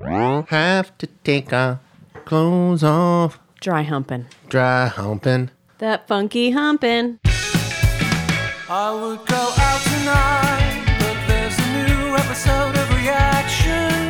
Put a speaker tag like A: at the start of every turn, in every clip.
A: don't have to take our clothes off.
B: Dry humping.
A: Dry humping.
B: That funky humping.
C: I would go out tonight, but there's a new episode of Reaction Blast.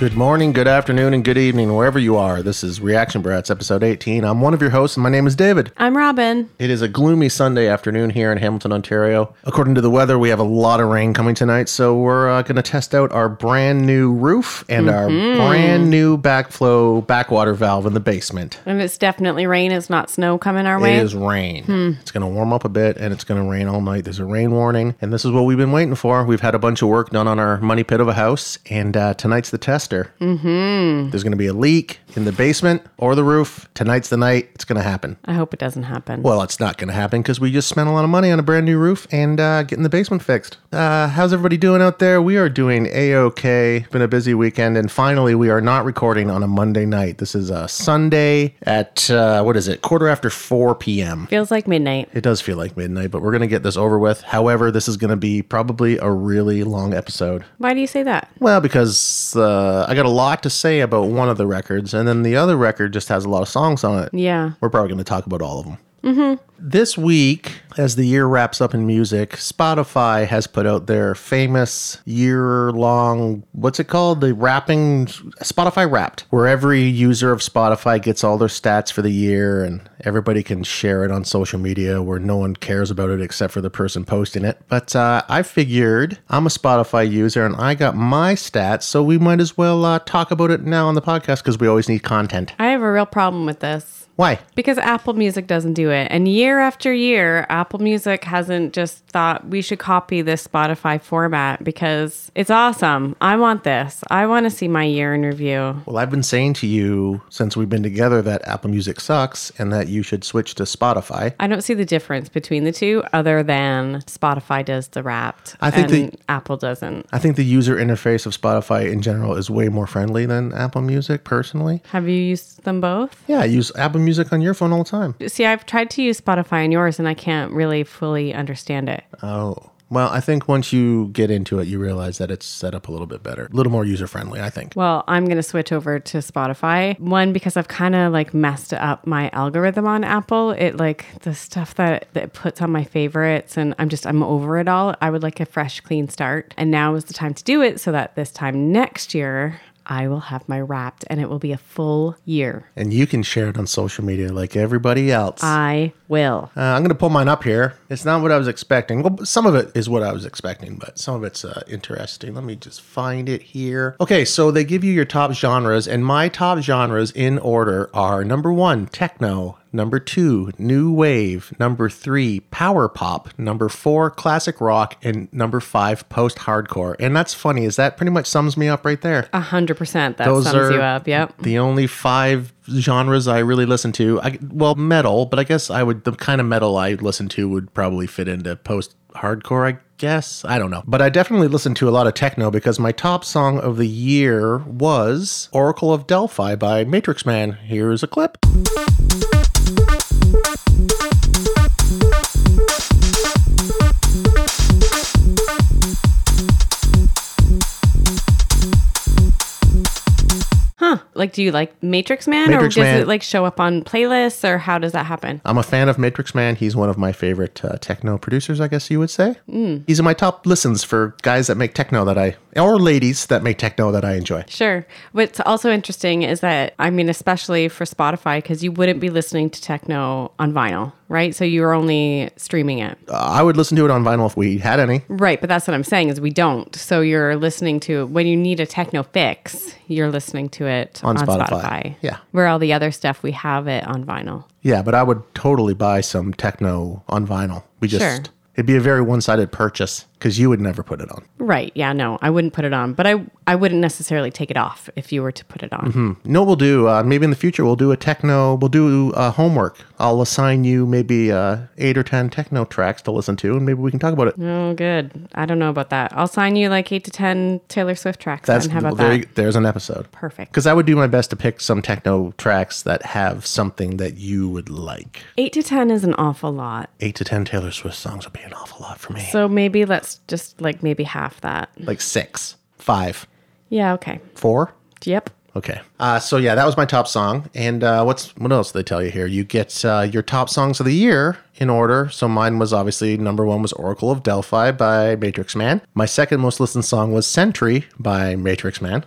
A: Good morning, good afternoon, and good evening, wherever you are. This is Reaction Brats, episode 18. I'm one of your hosts, and my name is David.
B: I'm Robin.
A: It is a gloomy Sunday afternoon here in Hamilton, Ontario. According to the weather, we have a lot of rain coming tonight, so we're uh, going to test out our brand new roof and our brand new backflow backwater valve in the basement.
B: And it's definitely rain. It's not snow coming our way.
A: It is rain. It's going to warm up a bit and it's going to rain all night. There's a rain warning. And this is what we've been waiting for. We've had a bunch of work done on our money pit of a house. And uh, tonight's the tester. Mm-hmm. There's going to be a leak in the basement or the roof. Tonight's the night. It's going to happen.
B: I hope it doesn't happen.
A: Well, it's not going to happen because we just spent a lot of money on a brand new roof and uh, getting the basement fixed. Uh, how's everybody doing out there? We are doing a okay. Been a busy weekend, and finally, we are not recording on a Monday night. This is a Sunday at uh, what is it? Quarter after four p.m.
B: Feels like midnight.
A: It does feel like midnight, but we're going to get this over with. However, this is going to be probably a really long episode.
B: Why do you say that?
A: Well, because uh, I got a lot to say about one of the records, and then the other record just has a lot of songs on it.
B: Yeah.
A: We're probably going to talk about all of them. Mm-hmm. This week, as the year wraps up in music, Spotify has put out their famous year long, what's it called? The wrapping, Spotify Wrapped, where every user of Spotify gets all their stats for the year and everybody can share it on social media where no one cares about it except for the person posting it. But uh, I figured I'm a Spotify user and I got my stats, so we might as well uh, talk about it now on the podcast because we always need content.
B: I have a real problem with this
A: Why?
B: because Apple Music doesn't do it. And year after year, Apple Music hasn't just thought we should copy this Spotify format because it's awesome. I want this. I want to see my year in review.
A: Well, I've been saying to you since we've been together that Apple Music sucks and that you should switch to Spotify.
B: I don't see the difference between the two other than Spotify does the wrapped
A: I think
B: and
A: the-
B: Apple doesn't.
A: I think the user interface of Spotify in general is way more friendly than Apple Music, personally.
B: Have you used them both?
A: Yeah, I use Apple Music on your phone all the time.
B: See, I've tried to use Spotify and yours and I can't really fully understand it.
A: Oh. Well, I think once you get into it, you realize that it's set up a little bit better, a little more user friendly, I think.
B: Well, I'm going to switch over to Spotify. One, because I've kind of like messed up my algorithm on Apple. It like the stuff that, that it puts on my favorites, and I'm just, I'm over it all. I would like a fresh, clean start. And now is the time to do it so that this time next year, I will have my wrapped and it will be a full year.
A: And you can share it on social media like everybody else.
B: I will.
A: Uh, I'm going to pull mine up here. It's not what I was expecting. Well, some of it is what I was expecting, but some of it's uh, interesting. Let me just find it here. Okay, so they give you your top genres, and my top genres in order are number one, techno. Number two, new wave. Number three, power pop. Number four, classic rock. And number five, post hardcore. And that's funny, is that pretty much sums me up right there.
B: A hundred percent. That
A: Those
B: sums
A: are
B: you up. Yep.
A: the only five genres I really listen to. I, well, metal, but I guess I would the kind of metal I listen to would probably fit into post hardcore. I guess I don't know, but I definitely listen to a lot of techno because my top song of the year was "Oracle of Delphi" by Matrix Man. Here is a clip.
B: Like, do you like Matrix Man
A: Matrix
B: or does
A: Man.
B: it like show up on playlists or how does that happen?
A: I'm a fan of Matrix Man. He's one of my favorite uh, techno producers, I guess you would say.
B: Hmm.
A: He's in my top listens for guys that make techno that I, or ladies that make techno that I enjoy.
B: Sure. What's also interesting is that, I mean, especially for Spotify, because you wouldn't be listening to techno on vinyl, right? So you're only streaming it.
A: Uh, I would listen to it on vinyl if we had any.
B: Right. But that's what I'm saying is we don't. So you're listening to, when you need a techno fix, you're listening to it
A: On
B: on,
A: Spotify.
B: Spotify.
A: Yeah.
B: Where all the other stuff, we have it on vinyl.
A: Yeah, but I would totally buy some techno on vinyl. We just
B: Sure.
A: it'd be a very one-sided purchase because you would never put it on.
B: Right. Yeah. No, I wouldn't put it on, but I, I wouldn't necessarily take it off if you were to put it on.
A: You know what we'll do? Uh, maybe in the future we'll do a techno. We'll do uh, homework. I'll assign you maybe uh, eight or ten techno tracks to listen to, and maybe we can talk about it.
B: Oh, good. I don't know about that. I'll sign you like eight to 10 Taylor Swift tracks.
A: That's
B: then. How about
A: there
B: that?
A: you- there's an episode.
B: Perfect.
A: Because I would do my best to pick some techno tracks that have something that you would like.
B: Eight to 10 is an awful lot.
A: Eight to ten Taylor Swift songs would be an awful lot for me.
B: So maybe let's it's just like maybe half that.
A: Like six, five,
B: Yeah, okay.
A: four.
B: Yep.
A: Okay. Uh, so yeah, that was my top song. And uh, what's what else do they tell you here? You get uh, your top songs of the year in order. So mine was obviously number one was Oracle of Delphi by Matrix Man. My second most listened song was Sentry by Matrix Man.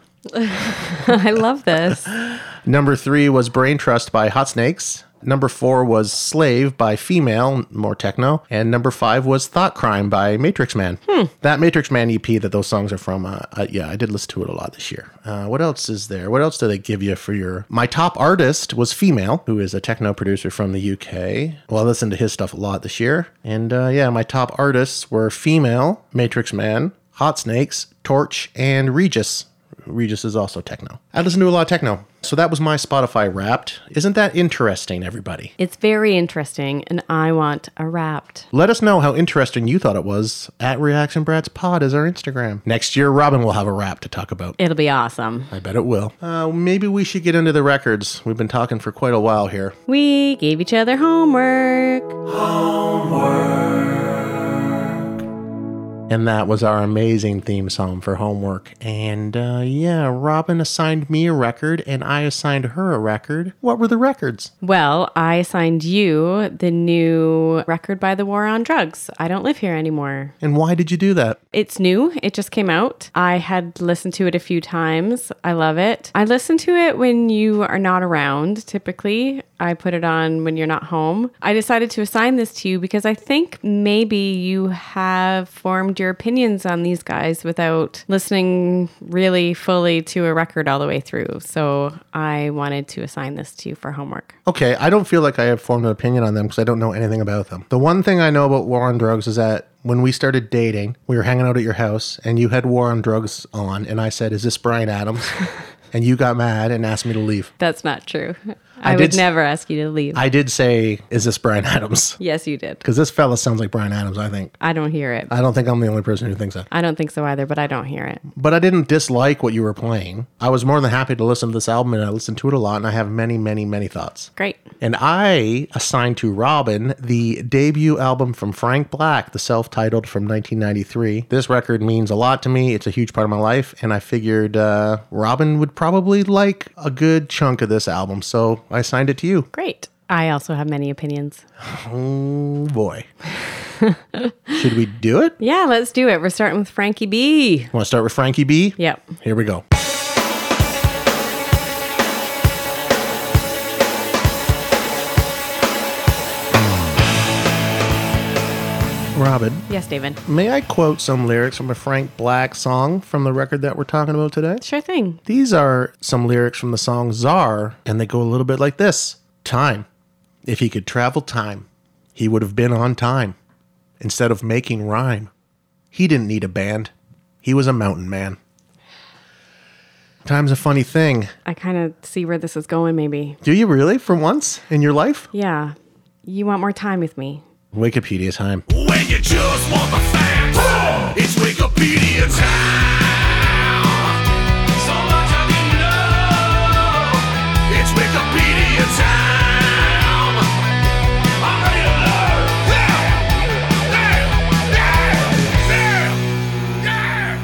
B: I love this.
A: Number three was Brain Trust by Hot Snakes. Number four was Slave by Female, more techno. And number five was Thought Crime by Matrix Man. That Matrix Man EP that those songs are from, uh, uh, yeah, I did listen to it a lot this year. Uh, what else is there? What else do they give you for your. My top artist was Female, who is a techno producer from the UK. Well, I listened to his stuff a lot this year. And uh, yeah, my top artists were Female, Matrix Man, Hot Snakes, Torch, and Regis. Regis is also techno. I listen to a lot of techno. So that was my Spotify wrapped. Isn't that interesting, everybody?
B: It's very interesting, and I want a wrapped.
A: Let us know how interesting you thought it was at Reaction Brats Pod is our Instagram. Next year, Robin will have a wrap to talk about.
B: It'll be awesome.
A: I bet it will. Uh, maybe we should get into the records. We've been talking for quite a while here.
B: We gave each other homework.
A: And that was our amazing theme song for homework. And uh, yeah, Robin assigned me a record and I assigned her a record. What were the records?
B: Well, I assigned you the new record by the War on Drugs. I don't live here anymore.
A: And why did you do that?
B: It's new. It just came out. I had listened to it a few times. I love it. I listen to it when you are not around, typically. I put it on when you're not home. I decided to assign this to you because I think maybe you have formed your opinions on these guys without listening really fully to a record all the way through. So I wanted to assign this to you for homework.
A: Okay, I don't feel like I have formed an opinion on them because I don't know anything about them. The one thing I know about War on Drugs is that when we started dating, we were hanging out at your house and you had War on Drugs on, and I said, Is this Brian Adams? and you got mad and asked me to leave.
B: That's not true. I,
A: did
B: would
A: s-
B: never ask you to leave.
A: I did say, Is this Brian Adams?
B: yes, you did.
A: Because this fella sounds like Brian Adams, I think.
B: I don't hear it.
A: I don't think I'm the only person who thinks that.
B: I don't think so either, but I don't hear it.
A: But I didn't dislike what you were playing. I was more than happy to listen to this album and I listened to it a lot and I have many, many, many thoughts.
B: Great.
A: And I assigned to Robin the debut album from Frank Black, the self titled from 1993. This record means a lot to me. It's a huge part of my life. And I figured uh, Robin would probably like a good chunk of this album. So I assigned it to you.
B: Great. I also have many opinions.
A: Oh boy. Should we do it?
B: Yeah, let's do it. We're starting with Frankie B.
A: Want to start with Frankie B?
B: Yep.
A: Here we go. Robin,
B: Yes, David.
A: may I quote some lyrics from a Frank Black song from the record that we're talking about today?
B: Sure thing.
A: These are some lyrics from the song Czar, and they go a little bit like this Time. If he could travel time, he would have been on time instead of making rhyme. He didn't need a band, he was a mountain man. Time's a funny thing.
B: I kind of see where this is going, maybe.
A: Do you really, for once in your life?
B: Yeah. You want more time with me?
A: Wikipedia time.
D: When you just want the facts, it's Wikipedia time. So much I can know. It's Wikipedia time. I'm ready to learn. Yeah, yeah, yeah,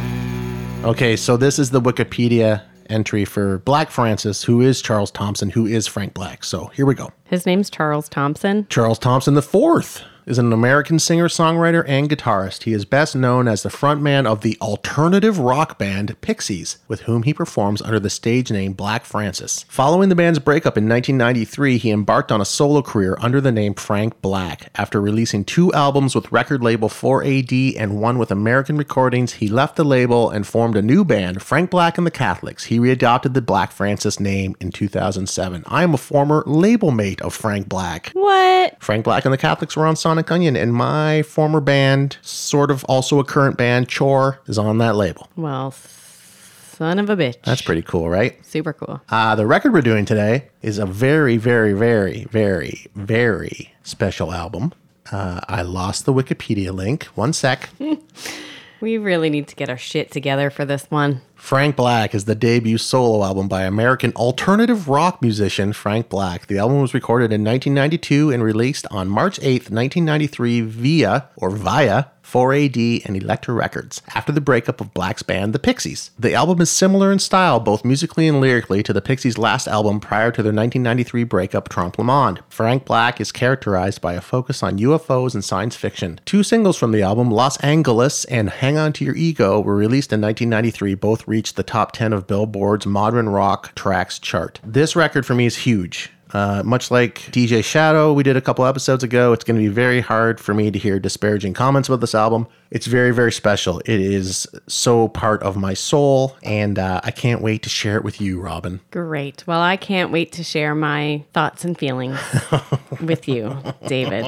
D: yeah, yeah.
A: Okay, so this is the Wikipedia entry for Black Francis, who is Charles Thompson, who is Frank Black. So here we go.
B: His name's Charles Thompson.
A: Charles Thompson IV is an American singer, songwriter, and guitarist. He is best known as the frontman of the alternative rock band Pixies, with whom he performs under the stage name Black Francis. Following the band's breakup in 1993, he embarked on a solo career under the name Frank Black. After releasing two albums with record label 4AD and one with American Recordings, he left the label and formed a new band, Frank Black and the Catholics. He readopted the Black Francis name in 2007. I am a former label mate of Frank Black.
B: What?
A: Frank Black and the Catholics were on Sonic Onion, and my former band, sort of also a current band, Chore, is on that label.
B: Well, son of a bitch.
A: That's pretty cool, right?
B: super cool.
A: Uh, the record we're doing today is a very, very, very, very, very special album. Uh, I lost the Wikipedia link. One sec.
B: We really need to get our shit together for this one.
A: Frank Black is the debut solo album by American alternative rock musician Frank Black. The album was recorded in 1992 and released on March 8th, 1993 via or via 4AD and Elektra Records after the breakup of Black's band, The Pixies. The album is similar in style, both musically and lyrically, to The Pixies' last album prior to their 1993 breakup, Trompe Le Monde. Frank Black is characterized by a focus on UFOs and science fiction. Two singles from the album, Los Angeles and Hang On to Your Ego, were released in 1993, both reached the top 10 of Billboard's Modern Rock Tracks chart. This record for me is huge. Uh, much like DJ Shadow, we did a couple episodes ago, it's going to be very hard for me to hear disparaging comments about this album. It's very, very special. It is so part of my soul, and uh, I can't wait to share it with you, Robin.
B: Great. Well, I can't wait to share my thoughts and feelings with you, David.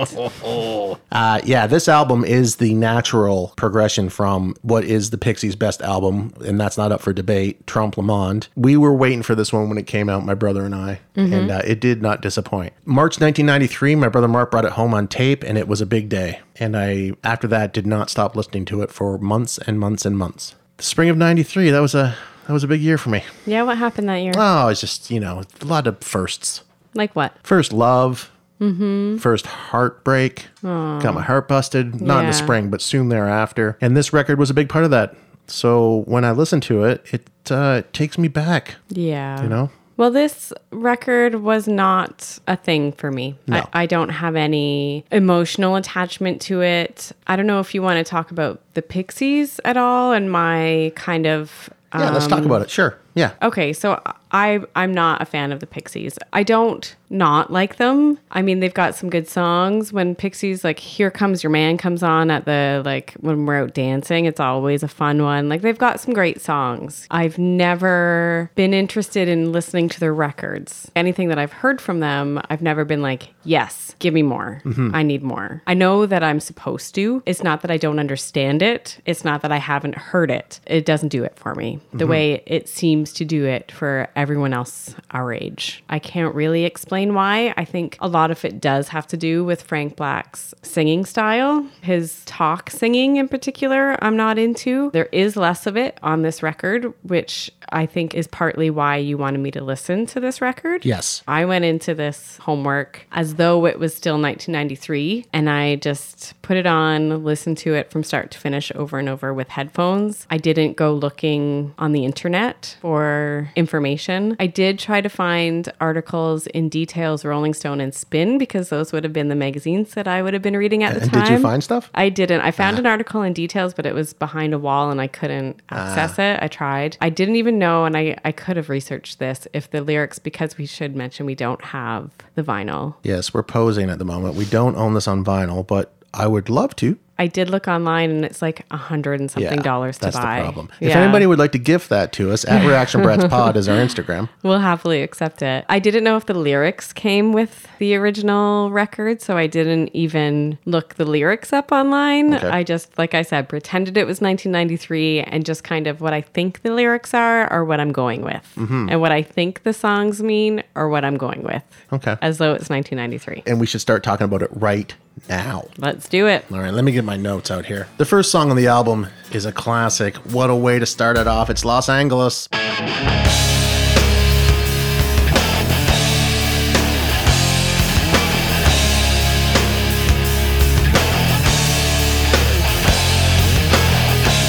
A: Uh, yeah, this album is the natural progression from what is the Pixies' best album, and that's not up for debate, Trompe Le Monde. We were waiting for this one when it came out, my brother and I, and uh, it did not disappoint. March 1993, my brother Mark brought it home on tape, and it was a big day. And I, after that, did not stop listening to it for months and months and months. The spring of 93, that was a... That was a big year for me.
B: Yeah, what happened that year?
A: Oh, it's just, you know, a lot of firsts
B: Like what?
A: first love,
B: Mm-hmm.
A: first heartbreak. Got my heart busted, not in
B: Yeah.
A: the spring, but soon thereafter. And this record was a big part of that. So when I listen to it, it uh, takes me back.
B: Yeah.
A: You know,
B: Well, this record was not a thing for me.
A: No.
B: I, I don't have any emotional attachment to it. I don't know if you want to talk about the Pixies at all and my kind of.
A: yeah. let's talk about it. Oh. Sure. Yeah.
B: Okay, so I I'm not a fan of the Pixies. I don't not like them. I mean, they've got some good songs. When Pixies like "Here Comes Your Man" comes on at the like when we're out dancing, it's always a fun one. Like they've got some great songs. I've never been interested in listening to their records. Anything that I've heard from them, I've never been like, "Yes, give me more. I need more." I know that I'm supposed to. It's not that I don't understand it. It's not that I haven't heard it. It doesn't do it for me the way it seems to do it for everyone else our age. I can't really explain why. I think a lot of it does have to do with Frank Black's singing style. His talk singing in particular, I'm not into. There is less of it on this record, which I think is partly why you wanted me to listen to this record.
A: Yes.
B: I went into this homework as though it was still 1993, and I just put it on, listened to it from start to finish over and over with headphones. I didn't go looking on the internet for information. I did try to find articles in details, Rolling Stone and Spin, because those would have been the magazines that I would have been reading at the
A: And
B: time.
A: did you find stuff?
B: I didn't. I
A: Uh-huh.
B: found an article in details, but it was behind a wall and I couldn't access it. I tried. I didn't even know, and I, I could have researched this if the lyrics, because we should mention we don't have the vinyl.
A: Yes, we're posing at the moment. We don't own this on vinyl, but I would love to.
B: I did look online and it's like a hundred and something dollars to
A: that's
B: buy.
A: the problem. If anybody would like to gift that to us, at Reaction Brats Pod is our Instagram.
B: We'll happily accept it. I didn't know if the lyrics came with the original record, so I didn't even look the lyrics up online.
A: Okay.
B: I just, like I said, pretended it was 1993 and just kind of what I think the lyrics are or what I'm going with, and what I think the songs mean or what I'm going with,
A: Okay.
B: as though it's 1993.
A: and we should start talking about it right now.
B: Let's do it.
A: All right, let me get my notes out here. The first song on the album is a classic. What a way to start it off. It's Los Angeles.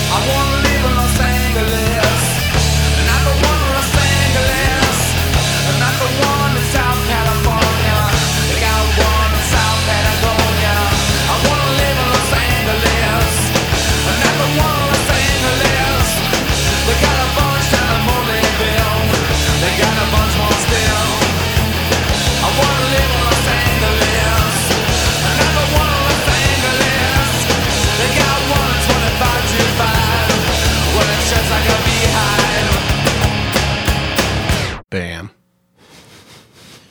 C: I wanna live in Los Angeles, and I'm the one in Los Angeles, and I'm the one in South California. They got one in South Patagonia. I wanna live in Los Angeles, and I'm the one in Los Angeles. They got a bunch down in Mooneyville. They got a bunch more still. I wanna live in Los Angeles, and I'm the one in Los Angeles. They got one in 25 to 5, where it shuts like a beehive.
A: Bam.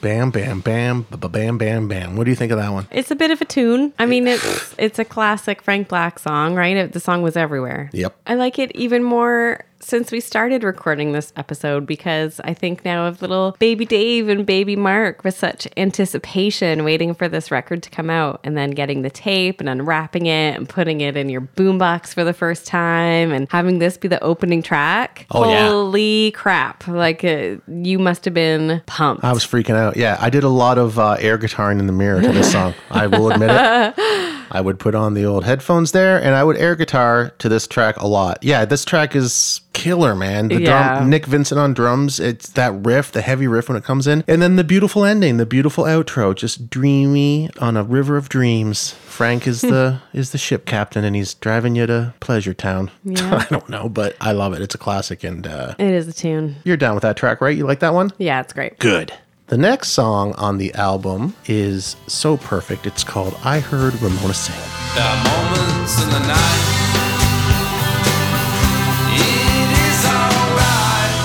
A: Bam, bam, bam, ba bam, bam, bam. What do you think of that one?
B: It's a bit of a tune. I mean, it's it's a classic Frank Black song, right? It, the song was everywhere.
A: Yep.
B: I like it even more since we started recording this episode because I think now of little baby Dave and baby Mark with such anticipation waiting for this record to come out and then getting the tape and unwrapping it and putting it in your boombox for the first time and having this be the opening track.
A: Oh, yeah.
B: Holy crap. Like uh, you must have been pumped.
A: I was freaking out. Yeah, I did a lot of uh, air guitaring in the mirror to this song. I will admit it. I would put on the old headphones there, and I would air guitar to this track a lot. Yeah, this track is killer, man. The
B: Yeah.
A: drum, Nick Vincent on drums. It's that riff, the heavy riff when it comes in, and then the beautiful ending, the beautiful outro, just dreamy on a river of dreams. Frank is the is the ship captain, and he's driving you to Pleasure Town.
B: Yeah.
A: I don't know, but I love it. It's a classic, and uh,
B: it is a tune.
A: you're down with that track, right? You like that one?
B: Yeah, it's great.
A: good. The next song on the album is so perfect. It's called I Heard Ramona Sing.
C: There are moments in the night. It is alright.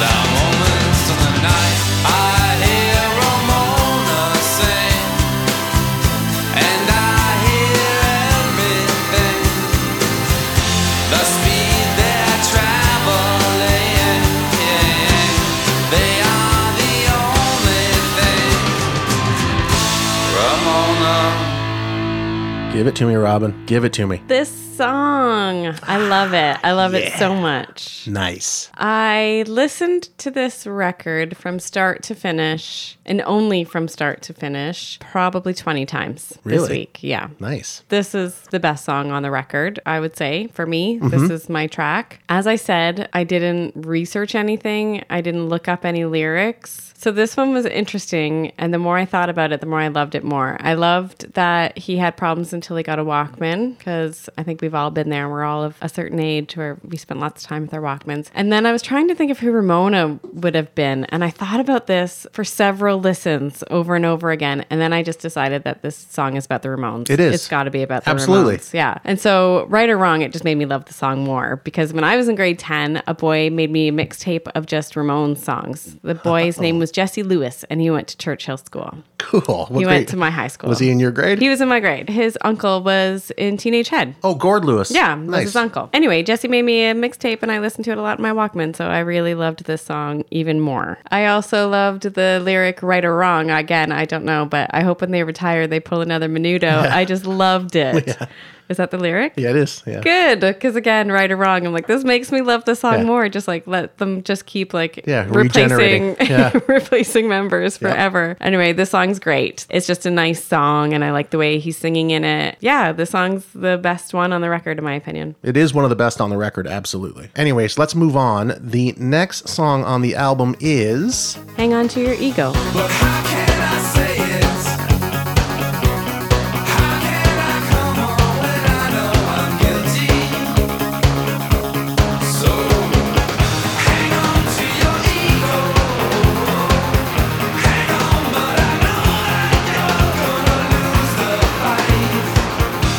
C: There are moments in the night. I hear Ramona sing. And I hear everything. The speed they're traveling. They are the only thing. Ramona.
A: Give it to me, Robin. Give it to me.
B: This song, I love it. I love it so much.
A: Nice.
B: I listened to this record from start to finish and only from start to finish probably 20 times this
A: Really?
B: week. Yeah.
A: Nice.
B: This is the best song on the record, I would say, for me.
A: Mm-hmm.
B: This is my track. As I said, I didn't research anything, I didn't look up any lyrics. So this one was interesting. And the more I thought about it, the more I loved it more. I loved that he had problems until he got a Walkman, because I think we've all been there. We're all of a certain age where we spent lots of time with our Walkmans. And then I was trying to think of who Ramona would have been. And I thought about this for several listens over and over again. And then I just decided that this song is about the Ramones.
A: It is.
B: It's got to be about the
A: Absolutely.
B: Ramones. Yeah. And so, right or wrong, it just made me love the song more because when I was in grade 10, a boy made me a mixtape of just Ramones songs. The boy's name was Jesse Lewis, and he went to Churchill School.
A: Cool. What
B: He
A: grade-
B: went to my high school.
A: Was he in your grade?
B: He was in my grade. His uncle was in Teenage Head.
A: oh, Gord Lewis.
B: Yeah, was
A: Nice.
B: his uncle. Anyway, Jesse made me a mixtape and I listened to it a lot in my Walkman, so I really loved this song even more. I also loved the lyric Right or Wrong. Again, I don't know, but I hope when they retire they pull another menudo. I just loved it. Is that the lyric?
A: Yeah, it is. Yeah.
B: Good, because again, right or wrong, I'm like this makes me love the song
A: Yeah.
B: more. Just like let them just keep like
A: Yeah,
B: replacing
A: regenerating. Yeah.
B: replacing members forever. Anyway, this song's great. It's just a nice song, and I like the way he's singing in it. Yeah, the song's the best one on the record, in my opinion.
A: It is one of the best on the record, absolutely. Anyways, let's move on. The next song on the album is
B: Hang on to your ego.
C: But how can I say it? How can I come home when I know I'm guilty? So hang on to your ego. Hang on, but I know that you're gonna lose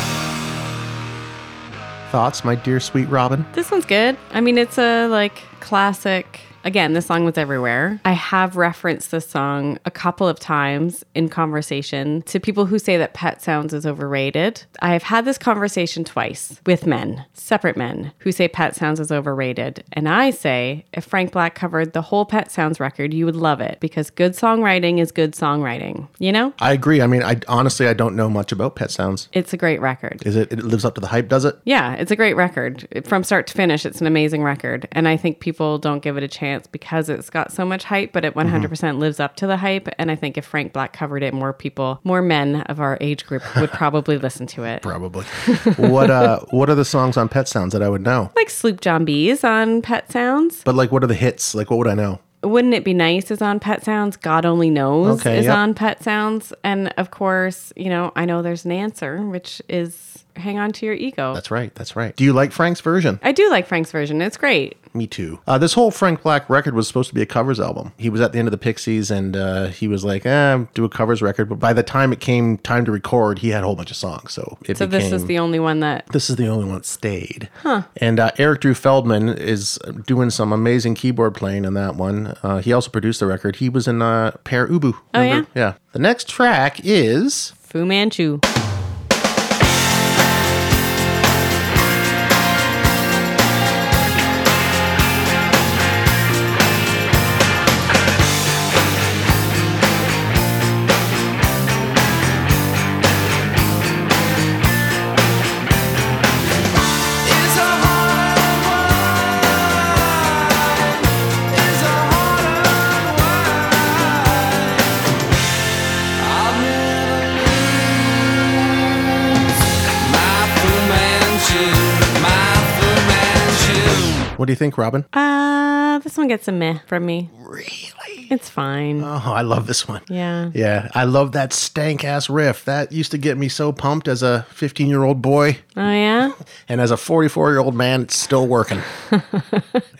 C: the fight.
A: Thoughts, My Dear Sweet Robin.
B: This one's good. I mean, it's a like classic. Again, this song was everywhere. I have referenced this song a couple of times in conversation to people who say that Pet Sounds is overrated. I have had this conversation twice with men, separate men, who say Pet Sounds is overrated. And I say, if Frank Black covered the whole Pet Sounds record, you would love it because good songwriting is good songwriting. You know?
A: I agree. I mean, I honestly I don't know much about Pet Sounds.
B: It's a great record.
A: Is it it lives up to the hype, does it?
B: Yeah, it's a great record. It- From start to finish, it's an amazing record. And I think people don't give it a chance because it's got so much hype, but it
A: Mm-hmm.
B: 100% percent lives up to the hype. And I think if Frank Black covered it, more people, more men of our age group would probably listen to it.
A: Probably. what uh what are the songs on Pet Sounds that I would know?
B: Like Sloop John B's on Pet Sounds.
A: But like what are the hits? Like what would I know?
B: Wouldn't It Be Nice is on Pet Sounds. God Only Knows
A: Okay,
B: is
A: yep.
B: on Pet Sounds. And of course, you know, I know there's an answer, which is hang on to your ego.
A: That's right. That's right. Do you like Frank's version?
B: I do like Frank's version. It's great.
A: Me too. Uh, this whole Frank Black record was supposed to be a covers album. He was at the end of the Pixies and uh, he was like, eh, do a covers record. But by the time it came time to record, he had a whole bunch of songs. So it
B: So
A: became,
B: this is the only one that
A: this is the only one that stayed. Huh. And uh, Eric Drew Feldman is doing some amazing keyboard playing in that one. Uh, he also produced the record. He was in uh, Pear Ubu.
B: Oh,
A: yeah? Yeah. The next track is
B: Fu Manchu.
A: What do you think, Robin?
B: Uh, this one gets a meh from me. Really? It's fine.
A: Oh, I love this one.
B: yeah.
A: Yeah, I love that stank ass riff. That used to get me so pumped as a 15 year old boy.
B: Oh yeah.
A: And as a 44 year old man, it's still working.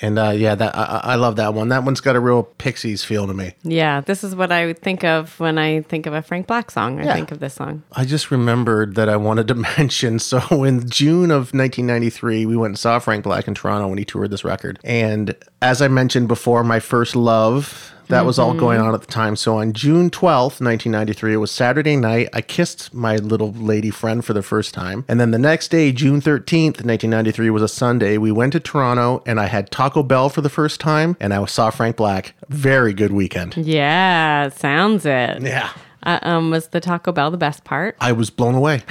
A: and uh, yeah, that I, I- I love that one. That one's got a real Pixies feel to me.
B: Yeah. This is what I would think of when I think of a Frank Black song. I
A: Yeah.
B: think of this song.
A: I just remembered that I wanted to mention. So in June of 1993, we went and saw Frank Black in Toronto when he toured this record. And as I mentioned before, my first love. That was all going on at the time. So on June 12th, 1993, it was Saturday night. I kissed my little lady friend for the first time. And then the next day, June 13th, 1993, was a Sunday. We went to Toronto and I had Taco Bell for the first time and I saw Frank Black. Very good weekend.
B: Yeah. Sounds it.
A: Yeah.
B: Uh, um, was the Taco Bell the best part?
A: I was blown away.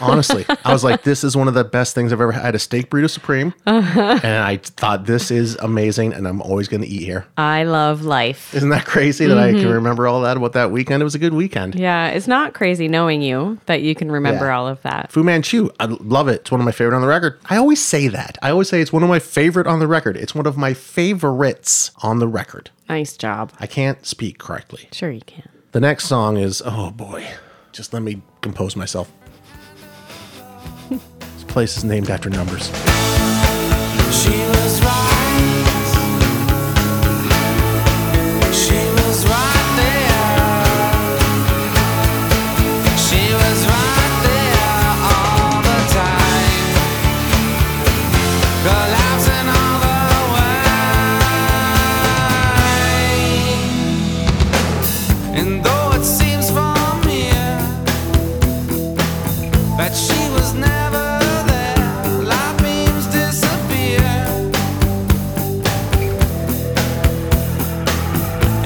A: Honestly, I was like, this is one of the best things I've ever had. I had a steak burrito supreme, and I thought this is amazing, and I'm always going to eat here.
B: I love life.
A: Isn't that crazy that I can remember all that about that weekend? It was a good weekend.
B: Yeah, it's not crazy knowing you that you can remember
A: Yeah.
B: all of that.
A: Fu Manchu, I love it. It's one of my favorite on the record. I always say that. I always say it's one of my favorite on the record. It's one of my favorites on the record.
B: Nice job.
A: I can't speak correctly.
B: Sure, you can.
A: The next song is oh boy, just let me compose myself. this place is named after numbers.
C: She was right. She was right there. She was right there all the time. Collapsing all the way. And though it seems from here that she was never there, light beams disappear.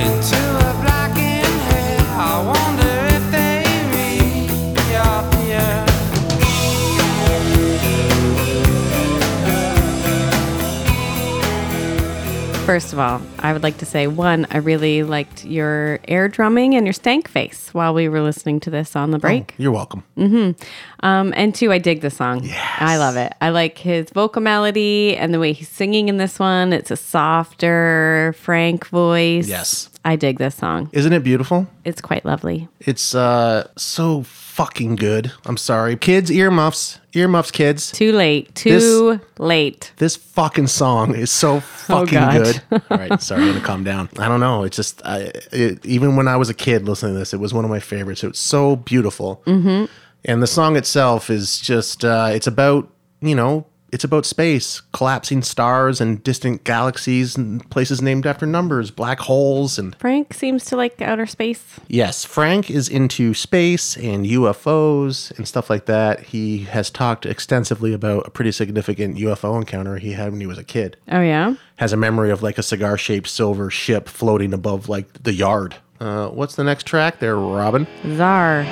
C: Into a blackened head, I wonder if they reappear.
B: First of all, I would like to say one, I really liked your air drumming and your stank face while we were listening to this
A: Oh.
B: on the break.
A: You're welcome.
B: Um, and two, I dig the song. I love it. I like his vocal melody and the way he's singing in this one. It's a softer, frank voice.
A: Yes.
B: I dig this song.
A: Isn't it beautiful?
B: It's quite lovely.
A: It's uh so fucking good. I'm sorry. Kids, earmuffs. Earmuffs, kids.
B: Too late. Too late.
A: This fucking song is so fucking
B: God.
A: good. All right, sorry, I'm gonna calm down. I don't know. It's just, I, it, even when I was a kid listening to this, it was one of my favorites. It's so beautiful, mm-hmm. and the song itself is just, uh, it's about you know, it's about space, collapsing stars and distant galaxies and places named after numbers, black holes, and
B: Frank seems to like outer space.
A: Yes, Frank is into space and UFOs and stuff like that. He has talked extensively about a pretty significant UFO encounter he had when he was a kid.
B: Oh, yeah?
A: Has a memory of like a cigar shaped silver ship floating above like the yard. Uh, what's the next track there, Robin?
B: Czar.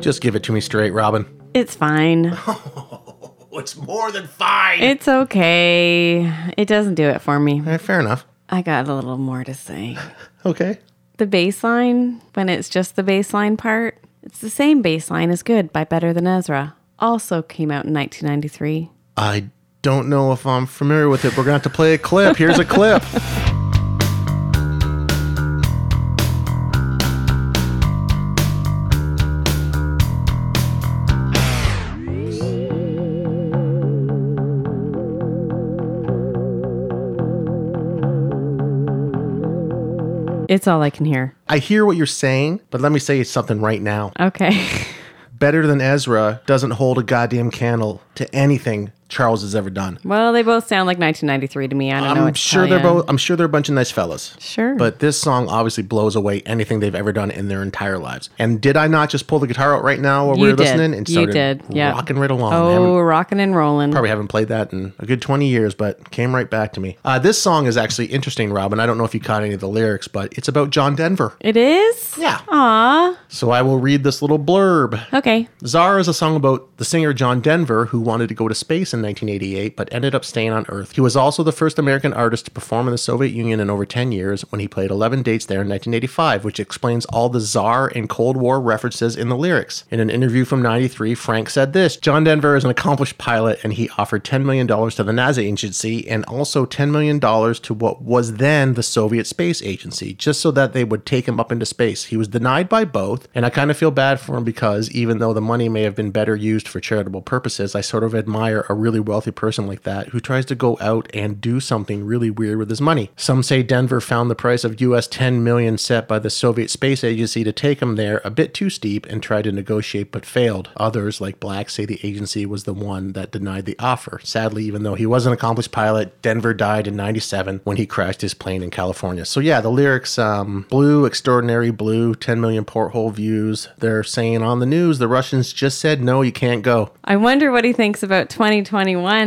A: Just give it to me straight, Robin.
B: It's fine.
A: Oh, it's more than fine.
B: It's okay. It doesn't do it for me.
A: All right, fair enough.
B: I got a little more to say.
A: Okay.
B: The bass line, when it's just the bass line part, it's the same bass line as Good by Better Than Ezra. Also came out in 1993.
A: I don't know if I'm familiar with it. We're going to have to play a clip. Here's a clip.
B: It's all I can hear.
A: I hear what you're saying, but let me say something right now.
B: Okay.
A: Better Than Ezra doesn't hold a goddamn candle to anything Charles has ever done.
B: Well, they both sound like 1993 to me. I don't know.
A: I'm
B: what to
A: sure
B: tell
A: they're
B: ya.
A: both. I'm sure they're a bunch of nice fellas.
B: Sure.
A: But this song obviously blows away anything they've ever done in their entire lives. And did I not just pull the guitar out right now while we
B: You
A: were
B: did.
A: listening and
B: You
A: started
B: did, yeah.
A: rocking right along? I haven't-
B: Oh, rocking and rolling.
A: probably haven't played that in a good 20 years, but came right back to me. Uh, this song is actually interesting, Robin. I don't know if you caught any of the lyrics, but it's about John Denver.
B: It is.
A: Yeah.
B: Aw.
A: So I will read this little blurb.
B: Okay.
A: Czar is a song about the singer John Denver, who wanted to go to space in 1988 but ended up staying on Earth. He was also the first American artist to perform in the Soviet Union in over 10 years when he played 11 dates there in 1985, which explains all the Czar and Cold War references in the lyrics. In an interview from 93, Frank said this John Denver is an accomplished pilot and he offered $10 million to the NASA agency and also $10 million to what was then the Soviet Space Agency, just so that they would take him up into space. He was denied by both, and I kind of feel bad for him because even though the money may have been better used for charitable purposes, I sort of admire a really wealthy person like that who tries to go out and do something really weird with his money. Some say Denver found the price of US 10 million set by the Soviet Space Agency to take him there a bit too steep and tried to negotiate but failed. Others, like Black, say the agency was the one that denied the offer. Sadly, even though he was an accomplished pilot, Denver died in 97 when he crashed his plane in California. So, yeah, the lyrics um, blue, extraordinary blue, 10 million porthole views. They're saying on the news the Russians just said, no, you can't go.
B: I wonder what he thinks about 2021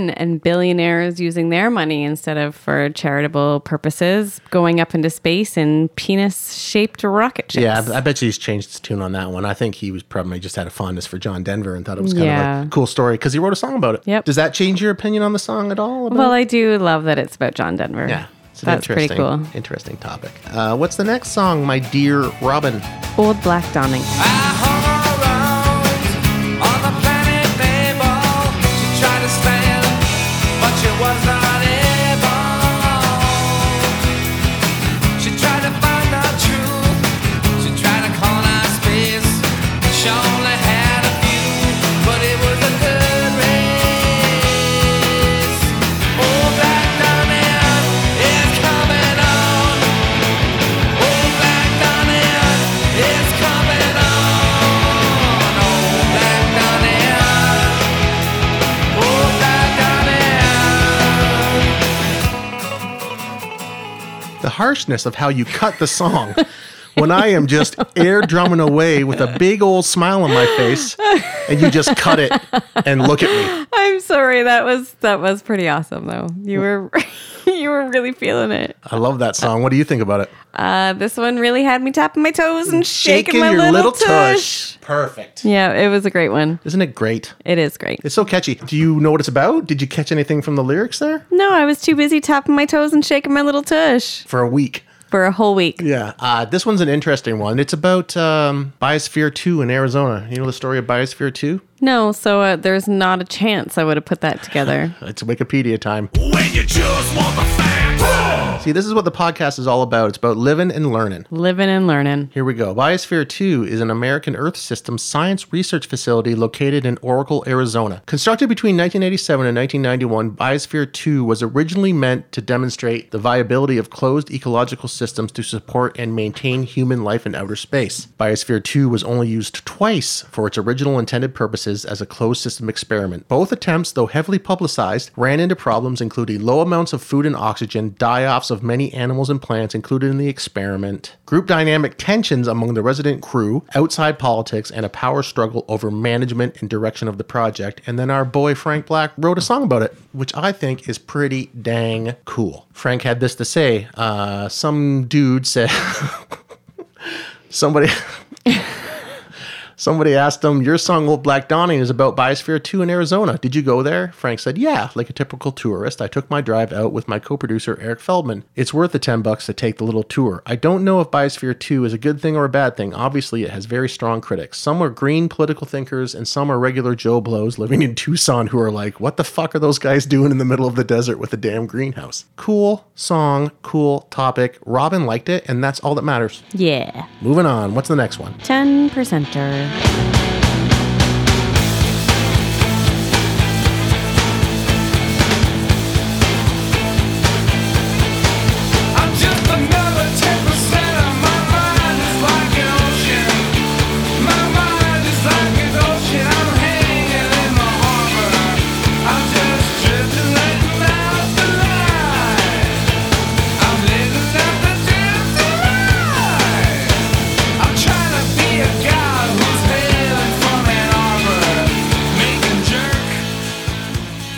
B: and billionaires using their money instead of for charitable purposes, going up into space in penis-shaped rocket ships.
A: Yeah, I I bet you he's changed his tune on that one. I think he was probably just had a fondness for John Denver and thought it was kind
B: Yeah.
A: of a cool story because he wrote a song about it.
B: Yep.
A: Does that change your opinion on the song at all? about
B: well, I do love that it's about John Denver.
A: Yeah. It's an
B: That's pretty
A: interesting,
B: cool.
A: interesting topic. Uh, what's the next song, my dear Robin?
B: Old Black Dawning.
C: I hung around on the planet Mabel. She tried to stand, but she was not able. She tried to find the truth. She tried to call out space. She only had a few, but it was a good race. Old black diamond is coming on. Old black diamond is coming on. Old black diamond. Old black diamond.
A: The harshness of how you cut the song when I am just air drumming away with a big old smile on my face and you just cut it and look at me.
B: I'm sorry. That was that was pretty awesome though. You were you were really feeling it.
A: I love that song. What do you think about it?
B: Uh, this one really had me tapping my toes and shaking, my little, tush.
A: Perfect.
B: Yeah, it was a great one.
A: Isn't it great?
B: It is great.
A: It's so catchy. Do you know what it's about? Did you catch anything from the lyrics there?
B: No, I was too busy tapping my toes and shaking my little tush
A: For a week.
B: for a whole week.
A: Yeah. Uh, this one's an interesting one. It's about um, Biosphere 2 in Arizona. You know the story of Biosphere 2?
B: No, so uh, there's not a chance I would have put that together.
A: It's Wikipedia time.
D: When you just want the facts.
A: See, this is what the podcast is all about. It's about living and learning.
B: Living and learning.
A: Here we go. Biosphere 2 is an American Earth System science research facility located in Oracle, Arizona. Constructed between 1987 and 1991, Biosphere 2 was originally meant to demonstrate the viability of closed ecological systems to support and maintain human life in outer space. Biosphere 2 was only used twice for its original intended purposes as a closed system experiment. Both attempts, though heavily publicized, ran into problems including low amounts of food and oxygen, die offs of many animals and plants included in the experiment, group dynamic tensions among the resident crew, outside politics, and a power struggle over management and direction of the project. And then our boy Frank Black wrote a song about it, which I think is pretty dang cool. Frank had this to say uh, Some dude said, somebody. Somebody asked him, Your song Old Black Dawning is about Biosphere 2 in Arizona. Did you go there? Frank said, Yeah. Like a typical tourist, I took my drive out with my co producer, Eric Feldman. It's worth the 10 bucks to take the little tour. I don't know if Biosphere 2 is a good thing or a bad thing. Obviously, it has very strong critics. Some are green political thinkers, and some are regular Joe Blows living in Tucson who are like, What the fuck are those guys doing in the middle of the desert with a damn greenhouse? Cool song, cool topic. Robin liked it, and that's all that matters.
B: Yeah.
A: Moving on. What's the next one?
B: 10 percenter.
C: I'm just another ten percent of my mind is like an ocean. My mind is like an ocean.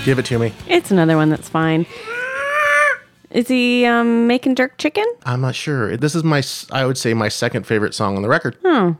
A: Give it to me.
B: It's another one that's fine. Is he um, making jerk chicken?
A: I'm not sure. This is my, s- I would say, my second favorite song on the record.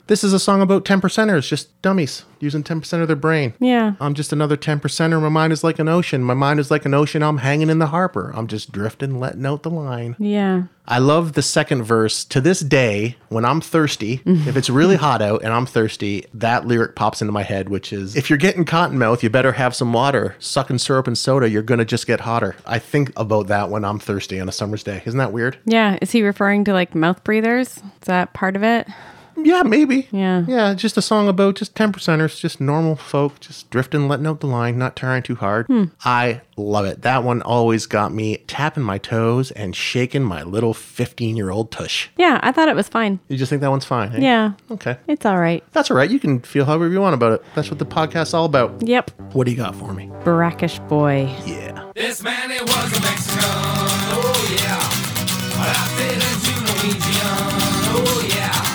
A: This is a song about 10 percenters, just dummies using 10% of their brain.
B: Yeah.
A: I'm just another 10 percenter. My mind is like an ocean. My mind is like an ocean. I'm hanging in the harbor. I'm just drifting, letting out the line.
B: Yeah.
A: I love the second verse. To this day, when I'm thirsty, if it's really hot out and I'm thirsty, that lyric pops into my head, which is if you're getting cotton mouth, you better have some water. Sucking syrup and soda, you're going to just get hotter. I think about that when I'm thirsty on a summer's day. Isn't that weird?
B: Yeah. Is he referring to like mouth breathers? Is that part of it?
A: Yeah, maybe.
B: Yeah.
A: Yeah, just a song about just 10 percenters, just normal folk, just drifting, letting out the line, not trying too hard.
B: Hmm.
A: I love it. That one always got me tapping my toes and shaking my little 15 year old tush.
B: Yeah. I thought it was fine.
A: You just think that one's fine? eh?
B: Yeah.
A: Okay.
B: It's all right.
A: That's all right. You can feel however you want about it. That's what the podcast's all about.
B: Yep.
A: What do you got for me?
B: Brackish boy.
A: Yeah.
C: This man, he was a Mexican, oh yeah. Adopted into Norwegian, oh yeah.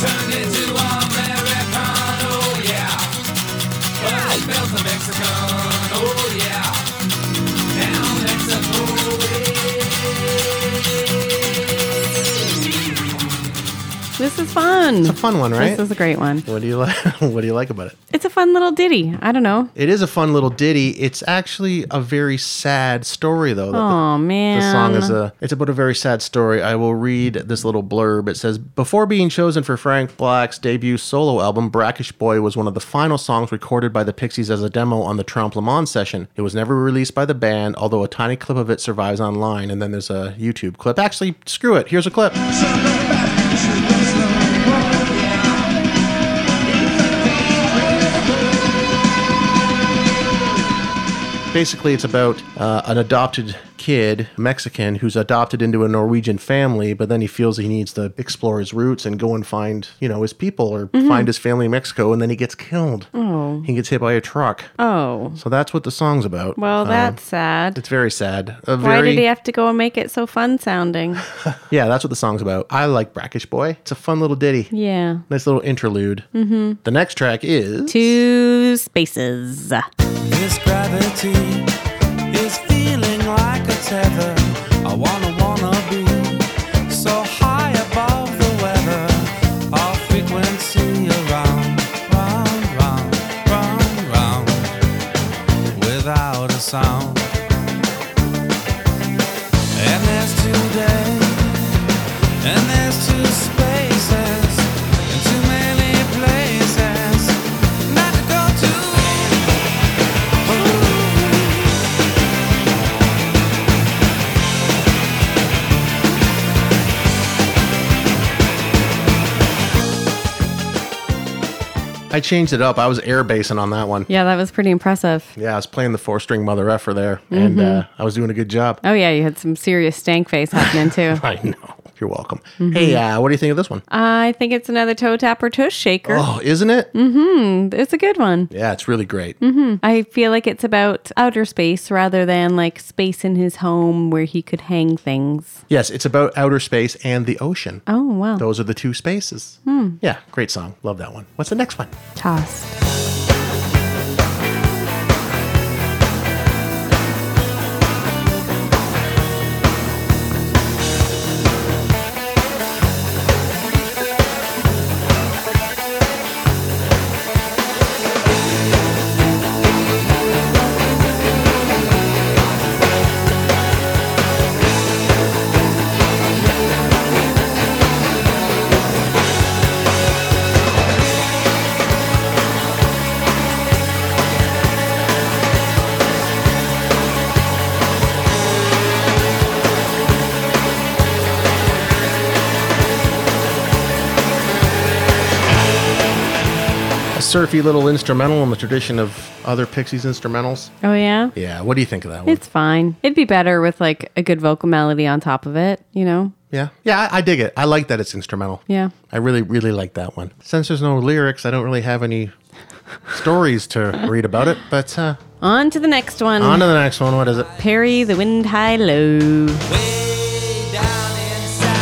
C: Turned into American, oh yeah. Well, he felt a Mexican, oh yeah. Now Mexico
B: This is fun.
A: It's a fun one, right?
B: This is a great one.
A: what do you like? what do you like about it?
B: It's a fun little ditty. I don't know.
A: It is a fun little ditty. It's actually a very sad story, though. that the-
B: Oh man.
A: The song is a it's about a very sad story. I will read this little blurb. It says before being chosen for Frank Black's debut solo album, Brackish Boy was one of the final songs recorded by the Pixies as a demo on the Trompe Le Mans session. It was never released by the band, although a tiny clip of it survives online, and then there's a YouTube clip. Actually, screw it. Here's a clip. Basically, it's about uh, an adopted kid, Mexican, who's adopted into a Norwegian family, but then he feels he needs to explore his roots and go and find, you know, his people or
B: Mm-hmm.
A: find his family in Mexico, and then he gets killed. Oh. He gets hit by a truck.
B: Oh.
A: So that's what the song's about.
B: Well,
A: Um,
B: that's sad.
A: It's very sad. A
B: Why
A: very,
B: did he have to go and make it so fun sounding?
A: Yeah, that's what the song's about. I like Brackish Boy. It's a fun little ditty.
B: yeah.
A: Nice little interlude. Mm-hmm. The next track is
B: Two spaces.
E: This gravity is feeling like a tether. I wanna, wanna be so high above the weather. Our frequency around, round, round, round, round, without a sound. And there's today, and there's two spaces, and too many places not to go to.
A: I changed it up. I was air basing on that one.
B: Yeah, that was pretty impressive.
A: Yeah, I was playing the four string mother effer there, and
B: Mm-hmm.
A: uh, I was doing a good job.
B: Oh yeah, you had some serious stank face happening too.
A: I know. You're welcome.
B: Mm-hmm.
A: Hey, uh, what do you think of this one?
B: I think it's another toe tap or tush shaker.
A: Oh, isn't it?
B: Mm-hmm. It's a good one.
A: Yeah, it's really great.
B: Mm-hmm. I feel like it's about outer space rather than like space in his home where he could hang things.
A: Yes, it's about outer space and the ocean.
B: Oh Hmm. wow.
A: Those are the two spaces. Yeah, great song. Love that one. What's the next one?
B: Tossed.
A: A surfy little instrumental in the tradition of other Pixies instrumentals.
B: Oh yeah.
A: Yeah, what do you think of that one?
B: It's fine. It'd be better with like a good vocal melody on top of it, you know?
A: yeah, yeah, I, I dig it. I like that it's instrumental.
B: Yeah.
A: I really, really like that one. Since there's no lyrics, I don't really have any stories to read about it. But uh,
B: On to the next one.
A: on to the next one. What is it?
B: Perry the Wind High Low.
C: way down inside.
A: It's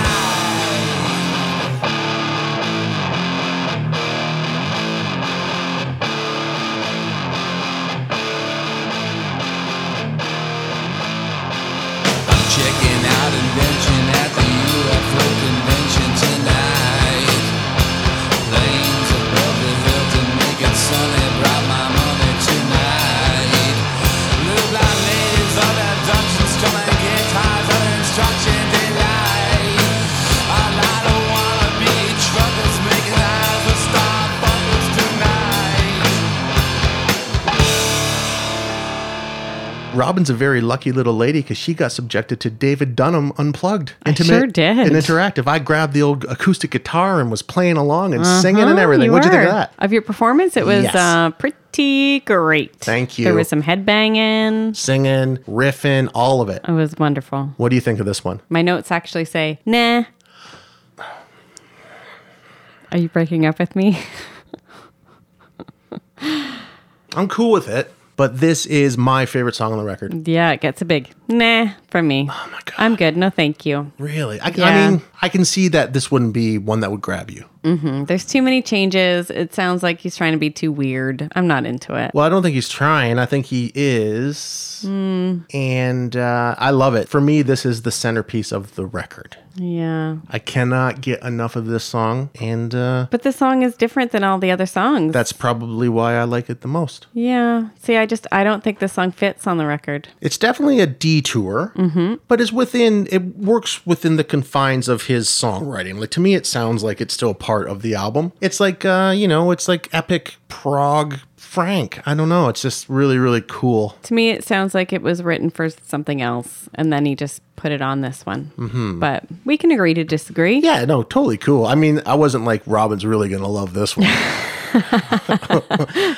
A: Robin's a very lucky little lady because she got subjected to David Dunham unplugged.
B: I sure did.
A: And interactive. I grabbed the old acoustic guitar and was playing along and singing and
B: Oh,
A: everything. What'd you think
B: were.
A: of that?
B: Of your performance, it was
A: Yes.
B: uh, pretty great.
A: Thank you.
B: There was some headbanging.
A: Singing, riffing, all of it.
B: It was wonderful.
A: What do you think of this one?
B: My notes actually say, nah. Are you breaking up with me?
A: I'm cool with it, but this is my favorite song on the record.
B: yeah, it gets a big nah from me. Oh
A: my God.
B: I'm good. No, thank you.
A: Really? I, I
B: Yeah.
A: mean, I can see that this wouldn't be one that would grab you.
B: There's too many changes. It sounds like he's trying to be too weird. I'm not into it.
A: Well, I don't think he's trying. I think he is.
B: Hmm.
A: And uh, I love it. For me, this is the centerpiece of the record.
B: Yeah.
A: I cannot get enough of this song. And uh,
B: But this song is different than all the other songs.
A: that's probably why I like it the most.
B: yeah. See, I just I don't think this song fits on the record.
A: It's definitely a detour, but it's within, it works within the confines of his songwriting. Like to me, it sounds like it's still part of the album. It's like, uh, you know, it's like epic prog Frank. I don't know. It's just really, really cool.
B: To me, it sounds like it was written for something else, and then he just put it on this one. Mm-hmm. But we can agree to disagree.
A: Yeah, no, totally cool. I mean, I wasn't like, Robin's really going to love this one.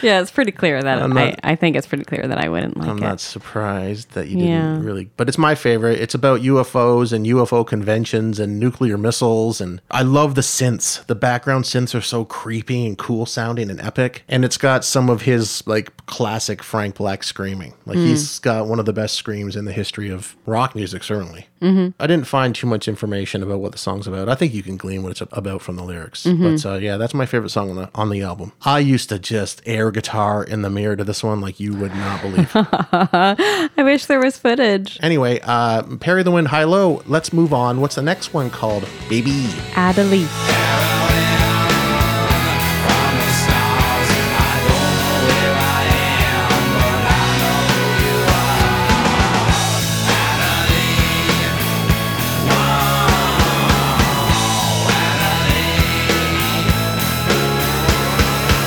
B: Yeah, it's pretty clear that
A: not-
B: I, I think it's pretty clear that I wouldn't like
A: I'm
B: it.
A: not surprised that you didn't
B: Yeah.
A: really, but it's my favorite. It's about UFOs and UFO conventions and nuclear missiles. And I love the synths. The background synths are so creepy and cool sounding and epic. And it's got some of his like classic Frank Black screaming. Like he's got one of the best screams in the history of rock music, certainly. I didn't find too much information about what the song's about. I think you can glean what it's about from the lyrics. But uh, yeah, that's my favorite song on the on the album. I used to just air guitar in the mirror to this one like you would not believe.
B: I wish there was footage.
A: Anyway, uh, Parry the Wind High Low. Let's move on. What's the next one called? Baby.
B: Adelie.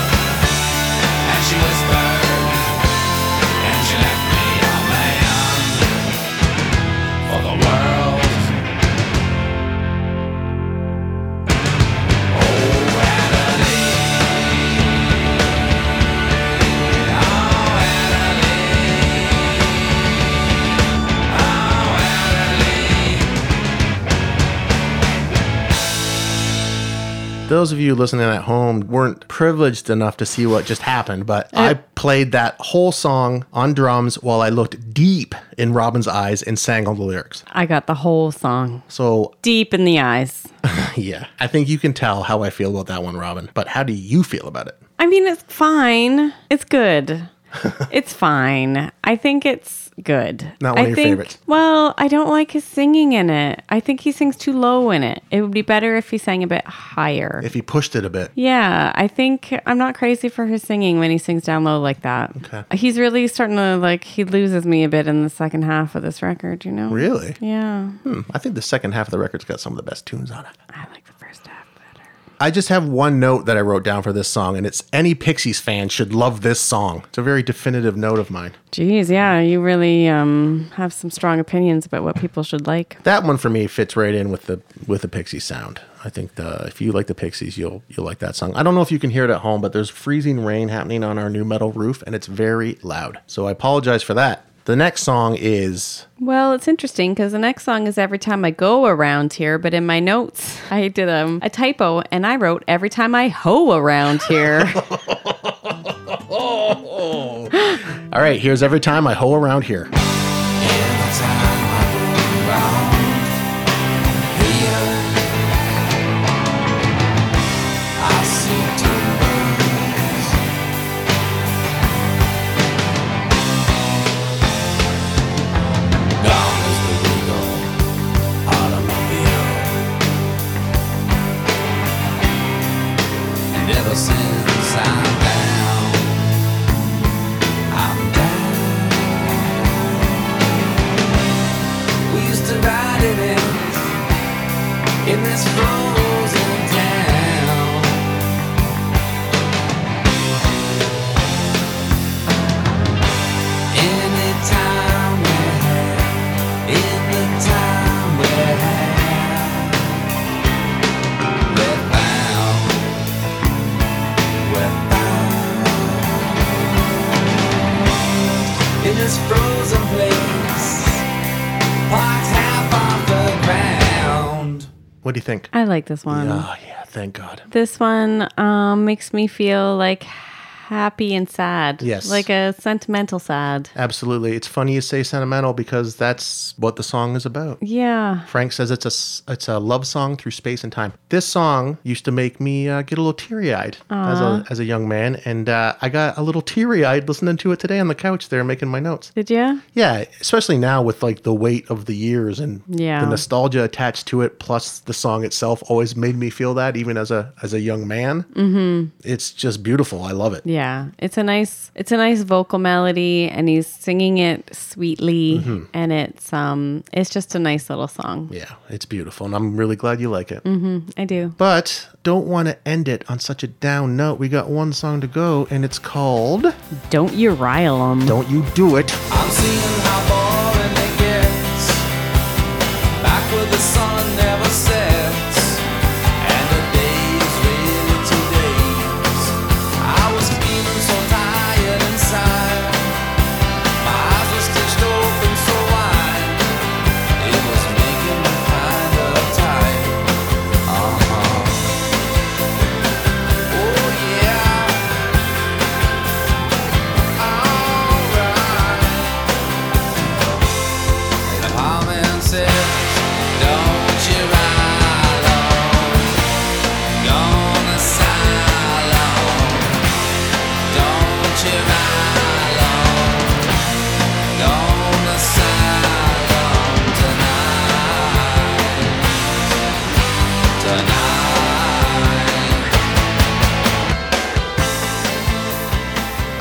E: And she whispered, and she left me on my own for the world. Oh, Adelie. Oh, Adelie. Oh, Adelie.
A: Those of you listening at home weren't privileged enough to see what just happened, but I played that whole song on drums while I looked deep in Robin's eyes and sang all the lyrics.
B: I got the whole song
A: So,
B: deep in the eyes.
A: yeah, I think you can tell how I feel about that one, Robin. But how do you feel about it?
B: I mean, it's fine. It's good. it's fine. I think it's good.
A: Not one of
B: I
A: your
B: think,
A: favorites.
B: Well, I don't like his singing in it. I think he sings too low in it. It would be better if he sang a bit higher.
A: If he pushed it a bit.
B: yeah, I think I'm not crazy for his singing when he sings down low like that.
A: Okay.
B: He's really starting to like he loses me a bit in the second half of this record, you know?
A: Really?
B: Yeah.
A: I think the second half of the record's got some of the best tunes on it.
B: I like the first half better.
A: I just have one note that I wrote down for this song, and it's any Pixies fan should love this song. It's a very definitive note of mine.
B: Geez, yeah, you really um, have some strong opinions about what people should like.
A: that one for me fits right in with the with the Pixie sound. I think the if you like the Pixies, you'll you'll like that song. I don't know if you can hear it at home, but there's freezing rain happening on our new metal roof, and it's very loud. So I apologize for that. The next song is
B: Well, it's interesting because the next song is Every Time I Go Around Here, but in my notes, I did um, a typo and I wrote Every Time I Hoe Around Here.
A: all right. Here's every time I hoe around here.
E: Ever since I'm down, I'm down. We used to ride it in, in this frozen town. Anytime this frozen place, parked half off the ground.
A: What do you think?
B: I like this one.
A: Oh, yeah. Thank God.
B: This one um, makes me feel like happy and sad.
A: Yes.
B: Like a sentimental sad.
A: Absolutely. It's funny you say sentimental because that's what the song is about.
B: Yeah.
A: Frank says it's a s- it's a love song through space and time. This song used to make me uh, get a little teary eyed as a as a young man, and uh, I got a little teary eyed listening to it today on the couch there, making my notes.
B: Did you?
A: Yeah, especially now with like the weight of the years and
B: Yeah.
A: the nostalgia attached to it, plus the song itself always made me feel that even as a as a young man. Mm-hmm. It's just beautiful. I love it.
B: Yeah. It's a nice it's a nice vocal melody and he's singing it sweetly and it's um it's just a nice little song.
A: Mm-hmm. Yeah, it's beautiful, and I'm really glad you like it.
B: Mm. I do.
A: But don't want to end it on such a down note. We got one song to go, and it's called.
B: Don't you rile 'em.
A: Don't you do it.
E: I'm seeing how boring it gets. Back where the sun never sets, and the days really two days. I was feeling so tired inside. My eyes were stitched open so wide, it was making me kind of tired. Uh huh. Oh yeah. Alright. Common sense, don't you ride on. Gonna Cylon. Don't you ride on. Gonna Cylon tonight. Tonight.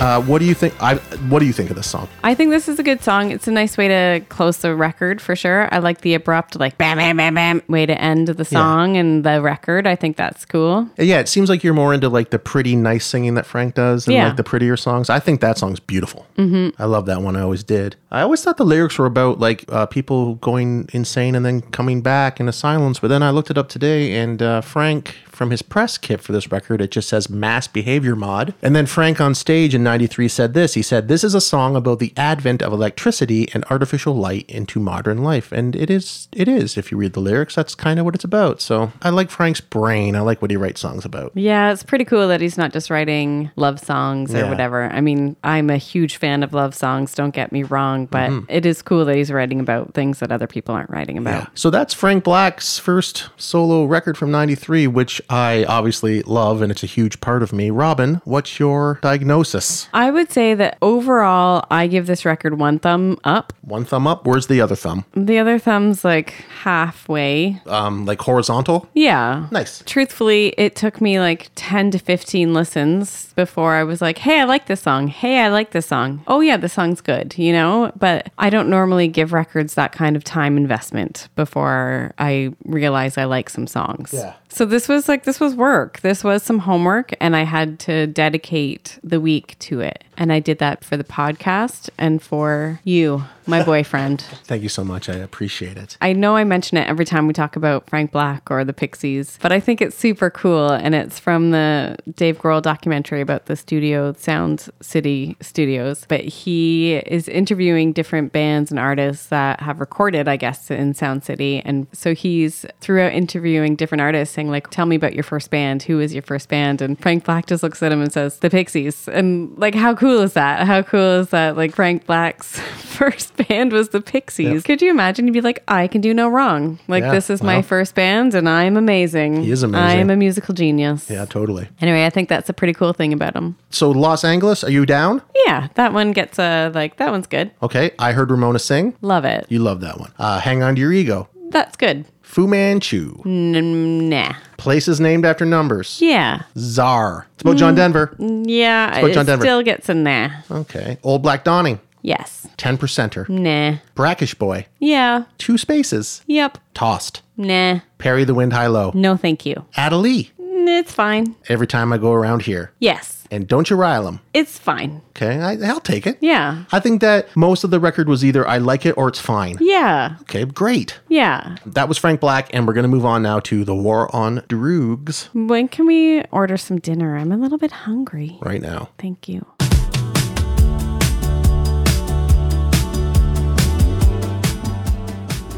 A: Uh, what do you think? I what do you think of this song?
B: I think this is a good song. It's a nice way to close the record for sure. I like the abrupt like bam bam bam bam way to end the song and the record. I think that's cool.
A: Yeah, it seems like you're more into like the pretty nice singing that Frank does and
B: Yeah.
A: like the prettier songs. I think that song's beautiful. Mm-hmm. I love that one. I always did. I always thought the lyrics were about like uh, people going insane and then coming back in a silence. But then I looked it up today, and uh, Frank from his press kit for this record, it just says mass behavior mod. And then Frank on stage in '93 said this. He said, "This is a song about the advent of electricity and artificial light into modern life." And it is. It is. If you read the lyrics, that's kind of what it's about. So I like Frank's brain. I like what he writes songs about.
B: Yeah, it's pretty cool that he's not just writing love songs or
A: Yeah.
B: whatever. I mean, I'm a huge fan of love songs, don't get me wrong, but it is cool that he's writing about things that other people aren't writing about.
A: So that's Frank Black's first solo record from 93, which I obviously love and it's a huge part of me. Robin, what's your diagnosis?
B: I would say that overall, I give this record one thumb up.
A: One thumb up, where's the other thumb?
B: The other thumb's like halfway.
A: Um, like horizontal?
B: Yeah.
A: Nice.
B: Truthfully, it took me like 10 to 15 listens before I was like, hey, I like this song. Hey, I like this song. Oh, yeah, this song's good, you know? But I don't normally give records that kind of time investment before I realize I like some songs.
A: Yeah.
B: So this was like, this was work. This was some homework, and I had to dedicate the week to it. And I did that for the podcast and for you, my boyfriend.
A: Thank you so much. I appreciate it.
B: I know I mention it every time we talk about Frank Black or the Pixies, but I think it's super cool. And it's from the Dave Grohl documentary about the studio, Sound City Studios. But he is interviewing different bands and artists that have recorded, I guess, in Sound City. And so he's throughout interviewing different artists saying, like, tell me about your first band. Who was your first band? And Frank Black just looks at him and says, The Pixies. And like, how cool is that? How cool is that? Like, Frank Black's first band was the Pixies. Could you imagine? You'd be like, I can do no wrong. Like,
A: Yeah,
B: this is my
A: well.
B: first band and I'm amazing.
A: He is amazing.
B: I am a musical genius.
A: Yeah, totally.
B: Anyway, I think that's a pretty cool thing about him.
A: So, Los Angeles, are you down?
B: Yeah, that one gets a, like, that one's good.
A: Okay, I heard Ramona sing.
B: Love it.
A: You love that one. Uh, Hang on to your ego.
B: That's good.
A: Fu Manchu.
B: Nah.
A: Places named after numbers.
B: Yeah.
A: Czar. It's about John Denver.
B: Yeah.
A: about
B: It
A: John Denver.
B: still gets a nah.
A: Okay. Old Black Dawning.
B: Yes.
A: 10%er.
B: Nah.
A: Brackish Boy.
B: Yeah.
A: Two spaces.
B: Yep.
A: Tossed.
B: Nah.
A: Parry the wind high low.
B: No, thank you.
A: Adelie.
B: Mm, It's fine.
A: every time I go around here.
B: Yes.
A: And don't you rile them.
B: It's fine.
A: Okay, I, I'll take it.
B: Yeah.
A: I think that most of the record was either I like it or it's fine.
B: Yeah.
A: Okay, great.
B: Yeah.
A: That was Frank Black, and we're going to move on now to the War on Droogs
B: When can we order some dinner? I'm a little bit hungry.
A: right now.
B: Thank you.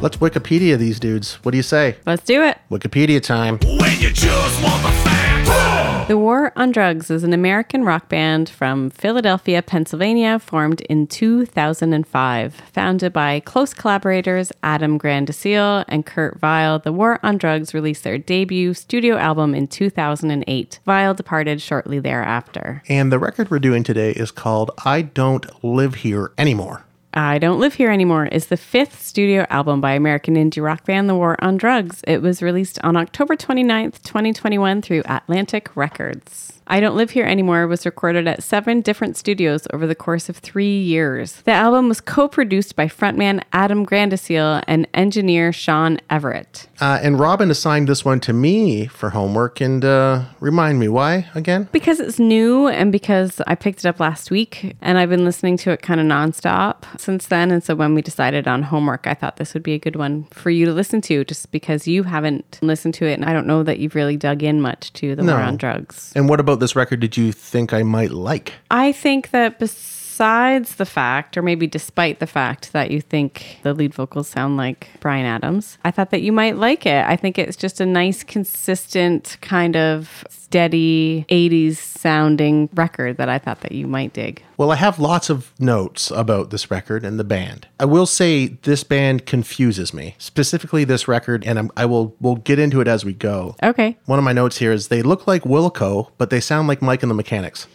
A: Let's Wikipedia these dudes. What do you say?
B: Let's do it.
A: Wikipedia time.
D: When you just want the facts.
B: The War on Drugs is an American rock band from Philadelphia, Pennsylvania, formed in 2005. Founded by close collaborators Adam Grandecil and Kurt Vile, The War on Drugs released their debut studio album in 2008. Vile departed shortly thereafter.
A: And the record we're doing today is called I Don't Live Here Anymore.
B: I Don't Live Here Anymore is the fifth studio album by American indie rock band The War on Drugs. It was released on October 29th, 2021 through Atlantic Records. I Don't Live Here Anymore was recorded at seven different studios over the course of three years. The album was co produced by frontman Adam Grandecil and engineer Sean Everett.
A: Uh, and Robin assigned this one to me for homework and uh, remind me why again?
B: Because it's new and because I picked it up last week and I've been listening to it kind of nonstop since then. And so when we decided on homework, I thought this would be a good one for you to listen to just because you haven't listened to it. And I don't know that you've really dug in much to the
A: No.
B: war on drugs.
A: And what about this record did you think I might like?
B: I think that besides the fact, or maybe despite the fact, that you think the lead vocals sound like Brian Adams, I thought that you might like it. I think it's just a nice, consistent, kind of steady 80s sounding record that I thought that you might dig.
A: Well, I have lots of notes about this record and the band. I will say this band confuses me, specifically this record, and I'm, I will we'll get into it as we go.
B: Okay.
A: One of my notes here is they look like Wilco, but they sound like Mike and the Mechanics.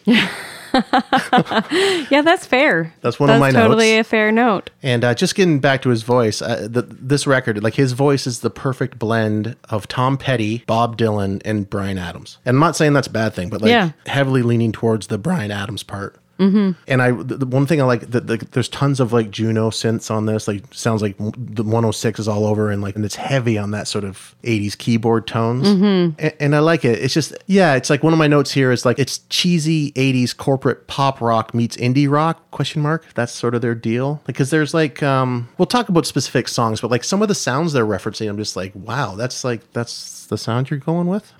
B: Yeah, that's fair.
A: That's one of my
B: totally
A: notes.
B: a fair note.
A: And uh, just getting back to his voice, uh, the, this record, like his voice is the perfect blend of Tom Petty, Bob Dylan, and Brian Adams. And I'm not saying that's a bad thing, but like
B: Yeah.
A: heavily leaning towards the Brian Adams part. Mm-hmm. And I, the, the one thing I like, that the, there's tons of like Juno synths on this. Like sounds like the 106 is all over, and like and it's heavy on that sort of 80s keyboard tones. Mm-hmm. And, I like it. It's just yeah, it's like one of my notes here is like it's cheesy 80s corporate pop rock meets indie rock question mark. That's sort of their deal. Because there's like um, we'll talk about specific songs, but like some of the sounds they're referencing, I'm just like wow, that's like that's the sound you're going with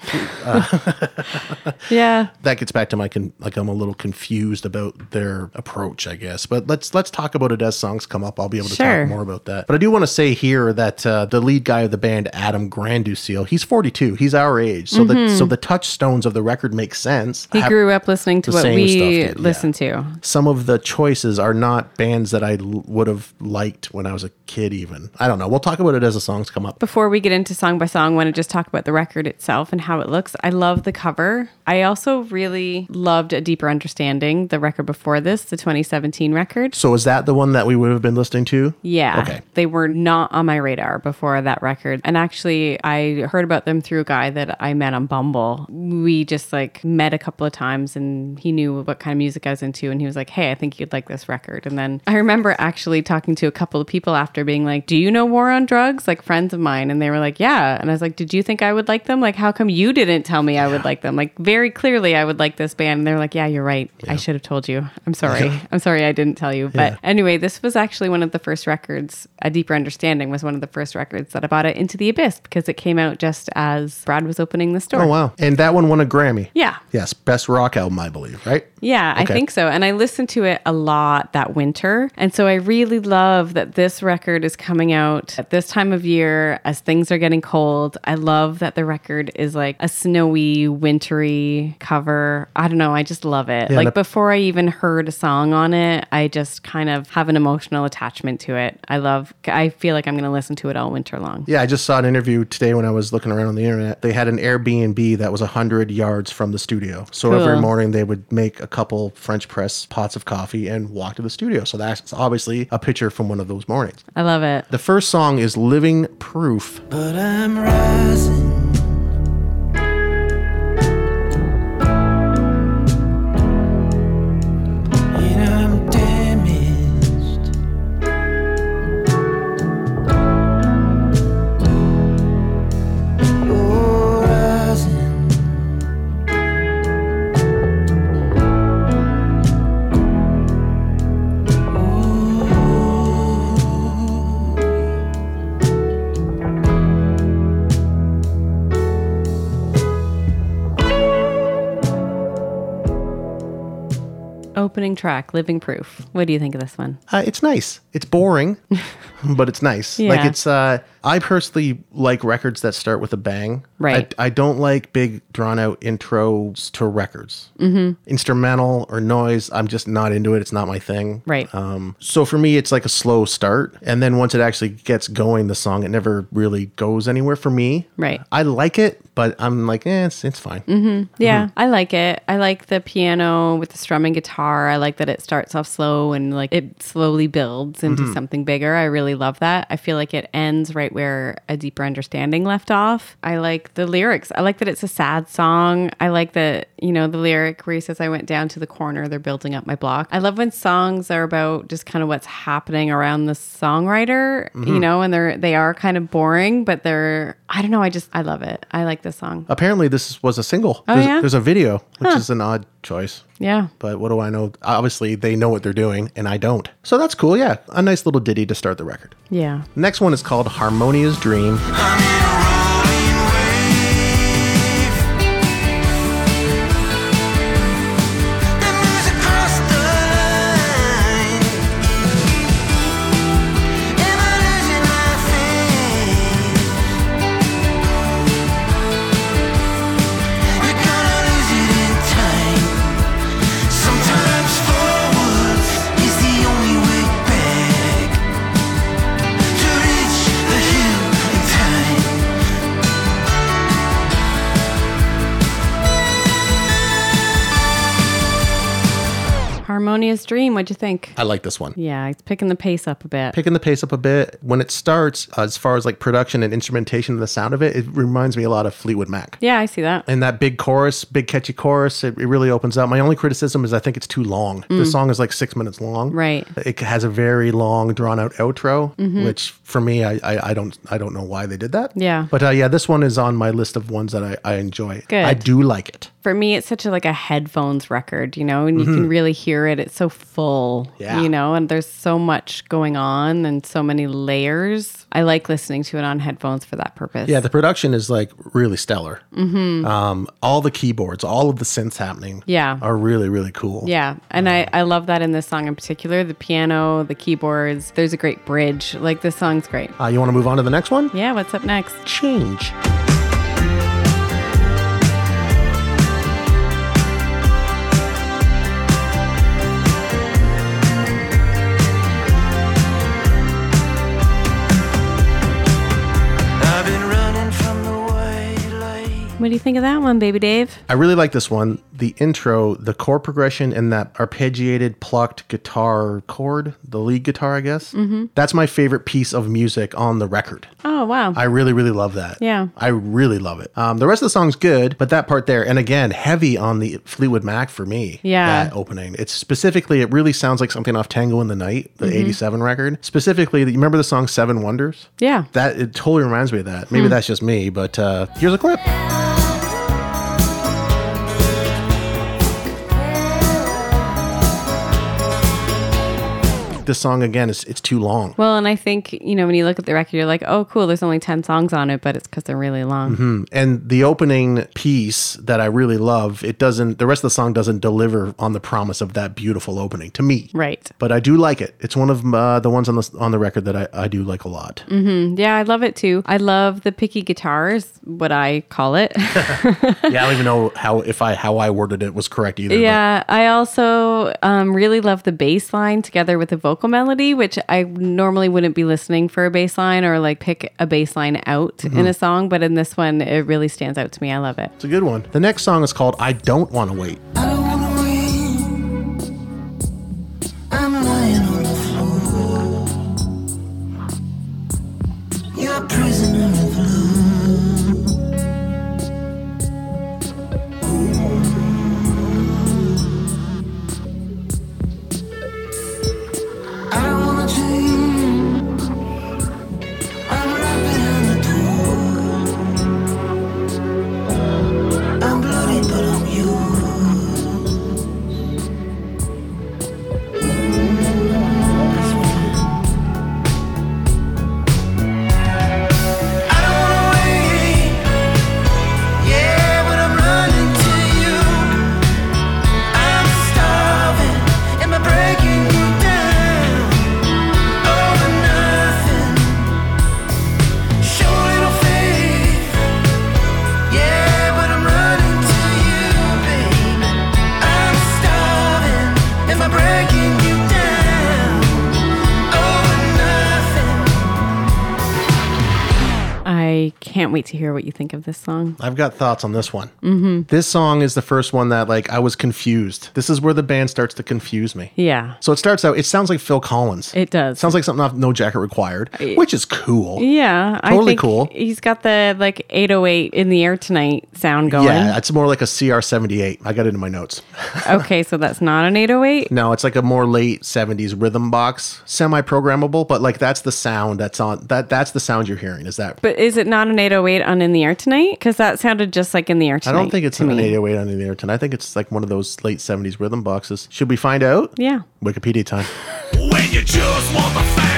B: Yeah.
A: that gets back to my con- like I'm a little confused about their approach, I guess. But let's let's talk about it as songs come up. I'll be able to
B: Sure.
A: talk more about that. But I do want to say here that uh, the lead guy of the band, Adam Granduciel, he's 42. He's our age, so the so the touchstones of the record make sense.
B: Mm-hmm. He
A: I have-
B: grew up listening to
A: the
B: what
A: same
B: we
A: stuff did, yeah.
B: listen to.
A: some of the choices are not bands that I l- would have liked when I was a kid. Even I don't know. We'll talk about it as the songs come up.
B: before we get into song by song, I want to just talk about the record itself and how it looks. I love the cover. I also really loved A Deeper Understanding, the record before this, the 2017 record.
A: So is that the one that we would have been listening to?
B: Yeah.
A: Okay.
B: They were not on my radar before that record. And actually, I heard about them through a guy that I met on Bumble. We just like met a couple of times and he knew what kind of music I was into. And he was like, Hey, I think you'd like this record. And then I remember actually talking to a couple of people after being like, Do you know War on Drugs? Like friends of mine. And they were like, Yeah. And I was like, Did you think I would like them? Like, how come you didn't tell me I would like them? Like, very clearly, I would like this band. And they're like, Yeah, you're right. I should have told you. I'm sorry. I'm sorry I didn't tell you. But
A: Yeah.
B: Anyway, this was actually one of the first records, A Deeper Understanding was one of the first records that I bought it into the abyss because it came out just as Brad was opening the store.
A: Oh wow! And that one won a Grammy.
B: Yeah.
A: Yes, best rock album, I believe. Right.
B: Yeah,
A: Okay.
B: I think so. And I listened to it a lot that winter. And so I really love that this record is coming out at this time of year as things are getting cold. I love that the record is like a snowy, wintry cover. I don't know. I just love it.
A: Yeah, and
B: like
A: I-
B: before I even heard a song on it, I just kind of have an emotional attachment to it. I love, I feel like I'm going to listen to it all winter long.
A: Yeah, I just saw an interview today when I was looking around on the internet. They had an Airbnb that was 100 yards from the studio. So every
B: Cool.
A: morning they would make a couple French press pots of coffee and walk to the studio. So that's obviously a picture from one of those mornings.
B: I love it.
A: The first song is Living Proof.
E: But I'm rising. And I'm damaged. Oh, rising. Oh.
B: Opening track, Living Proof. What do you think of this one?
A: Uh, it's nice. It's boring, but it's nice. Like
B: Yeah.
A: it's. Uh, I personally like records that start with a bang.
B: Right.
A: I, I don't like big drawn out intros to records. Mm-hmm. Instrumental or noise. I'm just not into it. It's not my thing.
B: Right.
A: Um, so for me, it's like a slow start, and then once it actually gets going, the song it never really goes anywhere for me.
B: Right. Mm-hmm.
A: I like it, but I'm like, eh, it's it's fine.
B: Yeah, I like it. I like the piano with the strumming guitar. I like that it starts off slow and like it slowly builds into something bigger. I really love that. I feel like it ends right where a deeper understanding left off. I like the lyrics. I like that it's a sad song. I like that, you know, the lyric where he says, I went down to the corner, they're building up my block. I love when songs are about just kind of what's happening around the songwriter, you know, and they're they are kind of boring, but they're I don't know, I just I love it. I like this song.
A: Apparently, this was a single.
B: Oh,
A: there's,
B: yeah?
A: there's a video, which is an odd choice.
B: Yeah.
A: But what do I know? Obviously, they know what they're doing, and I don't. So that's cool. Yeah, a nice little ditty to start the record.
B: Yeah.
A: Next one is called Harmonia's Dream.
F: Sometimes forward is the only way back to reach the hill in time.
B: Harmonious Dream. What'd you think?
A: I like this one.
B: Uh, Yeah, it's picking the pace up a bit.
A: Picking the pace up a bit. When it starts, as far as like production and instrumentation and the sound of it, it reminds me a lot of Fleetwood Mac.
B: yeah, I see that.
A: And that big chorus, big catchy chorus, it, it really opens up. My only criticism is I think it's too long. The song is like six minutes long.
B: Mm. Right. Mm-hmm.
A: It has a very long, drawn out outro, which for me, I, I, I don't I don't know why they did that.
B: Yeah.
A: But uh, yeah, this one is on my list of ones that I, I enjoy.
B: Good.
A: I do like it.
B: For me, it's such a like a headphones record, you know, and you can really hear it. It's so full,
A: Yeah.
B: you know, and there's so much going on and so many layers. I like listening to it on headphones for that purpose.
A: Yeah, the production is like really stellar. Mm-hmm. Um, all the keyboards, all of the synths happening,
B: Yeah.
A: are really really cool.
B: Yeah, and I, I love that in this song in particular. The piano, the keyboards, there's a great bridge. Like, this song's great.
A: Uh, you want to move on to the next one?
B: Yeah, what's up next?
A: Change.
E: I've been running from the white light.
B: What do you think of that one, baby Dave?
A: I really like this one. The intro, the chord progression, and that arpeggiated plucked guitar chord, the lead guitar, I guess. Mm-hmm. That's my favorite piece of music on the record.
B: Oh, wow.
A: I really, really love that.
B: Yeah.
A: I really love it. Um, the rest of the song's good, but that part there, and again, heavy on the Fleetwood Mac for me.
B: Yeah.
A: That opening. It's specifically, it really sounds like something off Tango in the Night,
B: Mm-hmm.
A: the 87 record. Specifically, you remember the song Seven Wonders?
B: yeah.
A: That, it totally reminds me of that.
B: Hmm.
A: Maybe that's just me, but uh, here's a clip. This song again is it's too long.
B: Well, and I think, you know, when you look at the record, you're like, oh, cool, there's only 10 songs on it, but it's because they're really long.
A: and the opening piece that I really love, it doesn't the rest of the song doesn't deliver on the promise of that beautiful opening to me.
B: Right.
A: But I do like it. It's one of uh, the ones on the on the record that I, I do like a lot.
B: Mm. Yeah, I love it too. I love the picky guitars, what I call it.
A: Yeah, I don't even know how if I how I worded it was correct either. but
B: yeah. I also um, really love the bass line together with the vocal melody, which I normally wouldn't be listening for a bass line or like pick a bass line out in a song. But in this one, it really stands out to me. I love it.
A: it's a good one. The next song is called "I Don't Want to Wait."
F: I don't wanna wait. I'm lying on the floor. You're a prisoner of love. I don't wanna change. I'm right behind the door. I'm bloody, but I'm yours.
B: can't wait to hear what you think of this song.
A: I've got thoughts on this one. Mm-hmm. This song is the first one that like I was confused. This is where the band starts to confuse me.
B: Yeah.
A: So it starts out. It sounds like Phil Collins.
B: It does.
A: sounds like something off No Jacket Required, which is cool.
B: yeah, I
A: Totally
B: think
A: cool.
B: He's got the like 808 in the air tonight sound going.
A: Yeah, it's more like a CR seventy eight. I got it in my notes.
B: Okay, so that's not an 808.
A: No, it's like a more late seventies rhythm box, semi programmable, but like that's the sound that's on that. That's the sound you're hearing. Is that?
B: But is it not an 808 on In the Air Tonight? Because that sounded just like In the Air
A: I
B: Tonight.
A: don't think it's
B: to
A: an
B: me.
A: 808 on the Ayrton. I think it's like one of those late 70s rhythm boxes. Should we find out?
B: Yeah.
A: Wikipedia time.
D: When you just want the facts.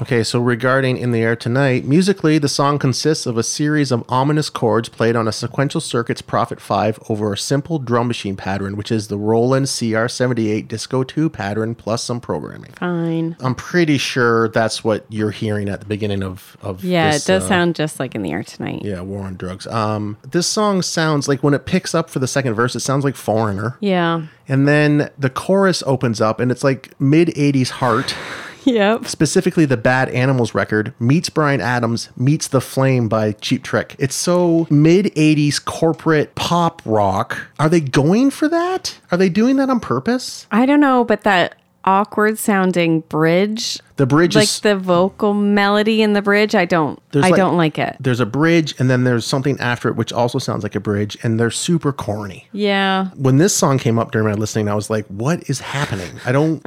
A: Okay, so regarding In the Air Tonight, musically, the song consists of a series of ominous chords played on a sequential circuit's Prophet 5 over a simple drum machine pattern, which is the Roland CR78 Disco 2 pattern plus some programming.
B: Fine.
A: I'm pretty sure that's what you're hearing at the beginning of, of
B: Yeah,
A: this,
B: it does
A: uh,
B: sound just like In the Air Tonight.
A: Yeah, War on Drugs. Um, this song sounds like when it picks up for the second verse, it sounds like Foreigner.
B: Yeah.
A: And then the chorus opens up and it's like mid 80s heart.
B: Yep.
A: specifically the Bad Animals record, meets Brian Adams, meets The Flame by Cheap Trick. It's so mid 80s corporate pop rock. Are they going for that? Are they doing that on purpose?
B: I don't know, but that awkward sounding bridge,
A: The bridge
B: like
A: is.
B: the vocal melody in the bridge, I don't
A: There's
B: I
A: like-
B: don't like it.
A: there's a bridge and then there's something after it which also sounds like a bridge and they're super corny.
B: Yeah.
A: When this song came up during my listening I was like what is happening? I don't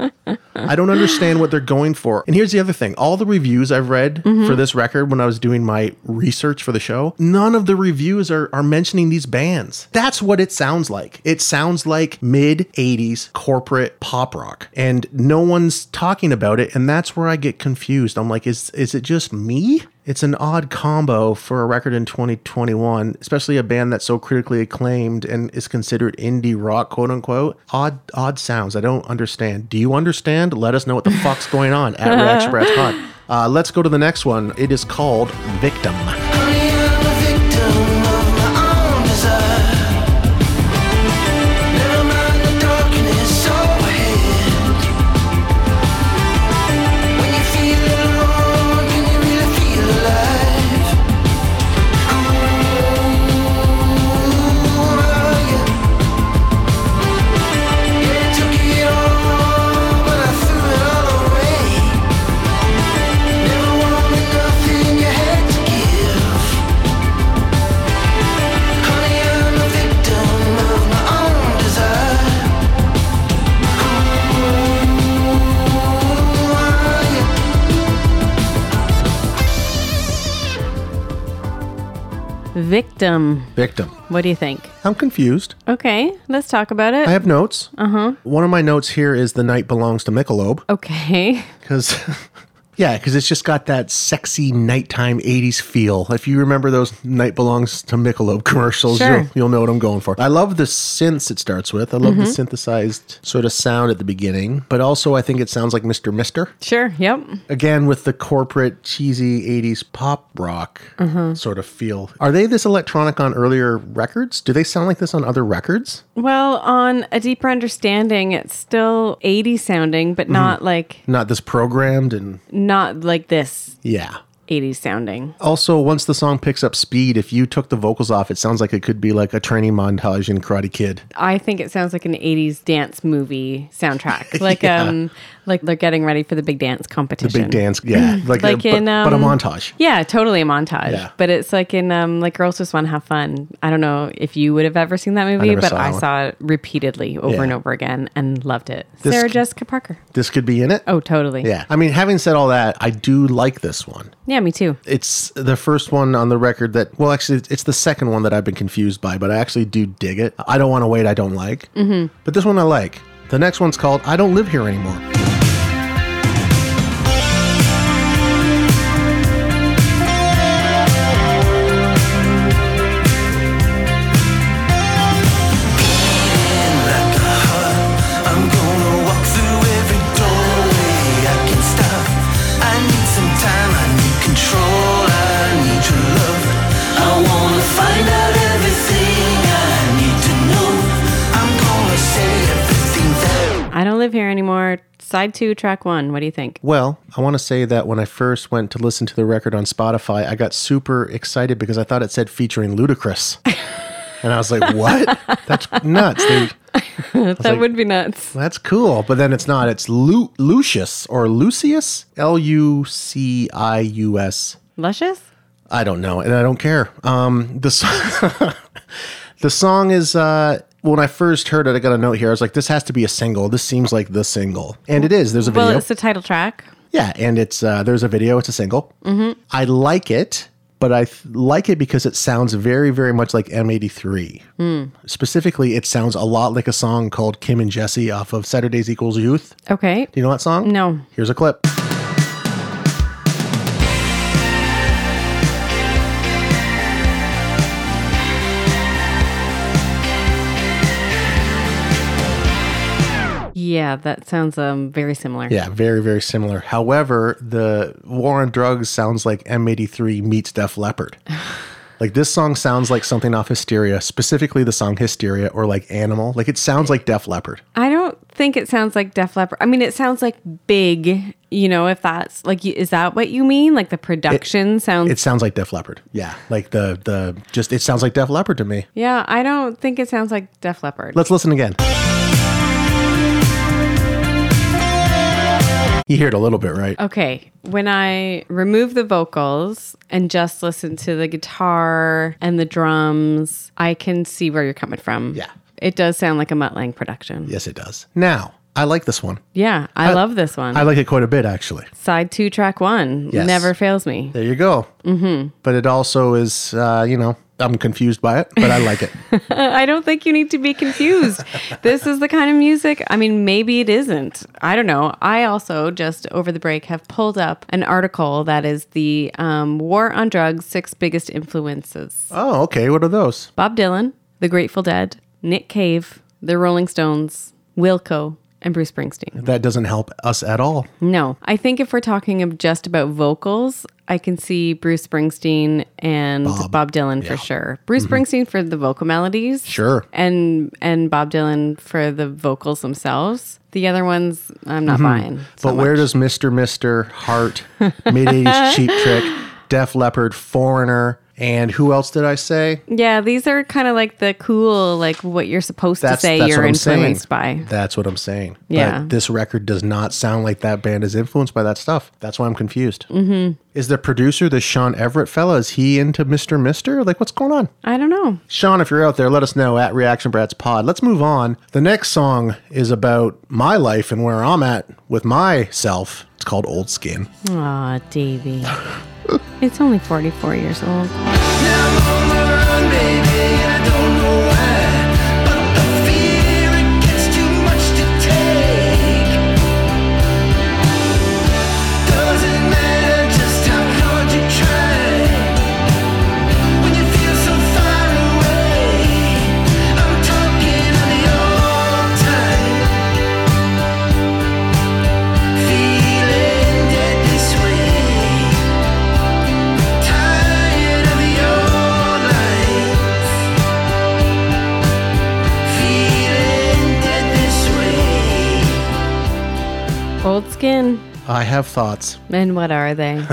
A: I don't understand what they're going for. And here's the other thing. All the reviews I've read for this record when I was doing my research for the show, none of the reviews are are mentioning these bands. That's what it sounds like. It sounds like mid 80s corporate pop rock and no one's talking about it and that's where I get confused. I'm like is is it just me? It's an odd combo for a record in 2021, especially a band that's so critically acclaimed and is considered indie rock, quote unquote. Odd, odd sounds. I don't understand. Do you understand? Let us know what the fuck's going on at Red Express Pod. Uh, let's go to the next one. It is called Victim.
B: Victim.
A: Victim.
B: What do you think?
A: I'm confused.
B: Okay, let's talk about it.
A: I have notes. Uh huh. One of my notes here is The Night Belongs to Michelob.
B: okay.
A: Because, yeah, because it's just got that sexy nighttime 80s feel. If you remember those Night Belongs to Michelob commercials,
B: Sure.
A: you'll, you'll know what I'm going for. I love the synths it starts with. I love the synthesized sort of sound at the beginning, but also I think it sounds like Mr. Mister.
B: Sure. Yep.
A: Again, with the corporate, cheesy 80s pop rock sort of feel. Are they this electronic on earlier records? Do they sound like this on other records?
B: Well, on a deeper understanding, it's still 80 sounding,
A: Mm-hmm.
B: but not like
A: Not this programmed and,
B: not like this
A: yeah.
B: 80s sounding.
A: Also, once the song picks up speed, if you took the vocals off, it sounds like it could be like a training montage in Karate Kid.
B: I think it sounds like an 80s dance movie soundtrack. Like um like they're getting ready for the big dance
A: The
B: competition.
A: big dance, yeah, like,
B: Like
A: a,
B: in,
A: but, but a
B: um,
A: montage.
B: Yeah, totally a montage.
A: Yeah.
B: But it's like in um like Girls Just Wanna Have Fun. I don't know if you would have ever seen that movie,
A: never
B: but
A: saw that
B: I
A: one.
B: saw it repeatedly over
A: Yeah.
B: and over again and loved it.
A: This-
B: Sarah Jessica Parker.
A: This could be in it.
B: Oh, totally.
A: Yeah, I mean, having said all that, I do like this one.
B: Yeah, me too.
A: It's the first one on the record that, well, actually, it's the second one that I've been confused by, but I actually do dig it. I don't want to wait. I don't like, mm-hmm. but this one I like. The next one's called "I Don't Live Here Anymore."
F: I'm gonna walk through every doorway I can stop. I need some time, I need control, I need your love. I wanna find out everything I need to know. I'm gonna say everything that
B: I don't live here anymore. It's side two, track one. What do you think?
A: Well, I want to say that when I first went to listen to the record on Spotify, I got super excited because I thought it said featuring Ludacris. and I was like, what? That's nuts. They-
B: That
A: like-
B: would be nuts.
A: that's cool. But then it's not. It's Lu- Lucius or Lucius? L U C I U S.
B: Luscious?
A: I don't know, and I don't care. Um, the song, the song is uh, when I first heard it, I got a note here. I was like, "This has to be a single. This seems like the single," and it is. There's a video.
B: Well, it's the title track.
A: yeah, and it's uh, there's a video. It's a single. Mm-hmm. I like it, but I th- like it because it sounds very, very much like M83. Specifically, it sounds a lot like a song called "Kim and Jesse" off of Saturdays Equals Youth.
B: Okay.
A: Do you know that song?
B: No.
A: Here's a clip.
B: Yeah, that sounds um very similar.
A: Yeah, very, very similar. However, the War on Drugs sounds like M83 meets Def Leppard. like this song sounds like something off Hysteria, specifically the song Hysteria or like Animal. Like it sounds like Def Leppard.
B: I don't think it sounds like Def Leppard. I mean, it sounds like big, you know, if that's like, y- is that what you mean? Like the production sounds.
A: It sounds like Def Leppard. Yeah, like the the just it sounds like Def Leppard to me.
B: yeah, I don't think it sounds like Def Leppard.
A: Let's listen again. You hear it a little bit, right?
B: Okay, when I remove the vocals and just listen to the guitar and the drums, I can see where you're coming from.
A: Yeah.
B: It does sound like a Mutt Lang production.
A: Yes, it does. Now, I like this one.
B: Yeah, I, love this one.
A: I like it quite a bit, actually.
B: Side two, track one.
A: Yes.
B: Never fails me.
A: There you go. Mm-hmm. But it also is, uh, you know, I'm confused by it, but I like it.
B: I don't think you need to be confused. this is the kind of music, I mean, maybe it isn't. I don't know. I also just over the break have pulled up an article that is the um, War on Drugs Six Biggest Influences
A: oh, okay. What are those?
B: Bob Dylan, The Grateful Dead, Nick Cave, The Rolling Stones, Wilco, and Bruce Springsteen.
A: That doesn't help us at all.
B: No, I think if we're talking of just about vocals, I can see Bruce Springsteen and Bob, Dylan for sure. Bruce Springsteen for the vocal melodies,
A: Sure.
B: and and Bob Dylan for the vocals themselves. The other ones, I'm not buying. so
A: But where
B: much.
A: does Mr. Mr. Heart, Mid 80s Cheap Trick, Def Leppard, Foreigner, and who else did I say?
B: yeah, these are kind of like the cool, like what you're supposed to say you're influenced by.
A: That's what I'm saying.
B: Yeah.
A: But this record does not sound like that band is influenced by that stuff. That's why I'm confused. Mm-hmm. Is the producer, the Sean Everett fella, is he into Mr. Mr.? Like, what's going on?
B: I don't know.
A: Sean, if you're out there, let us know at Reaction Brats Pod. Let's move on. The next song is about my life and where I'm at with myself. It's called Old Skin.
B: Aw, Davy. it's only 44 years old.
F: Feeling dead this way Tired of the old life, feeling dead this way.
B: Old skin.
A: I have thoughts.
B: And what are they?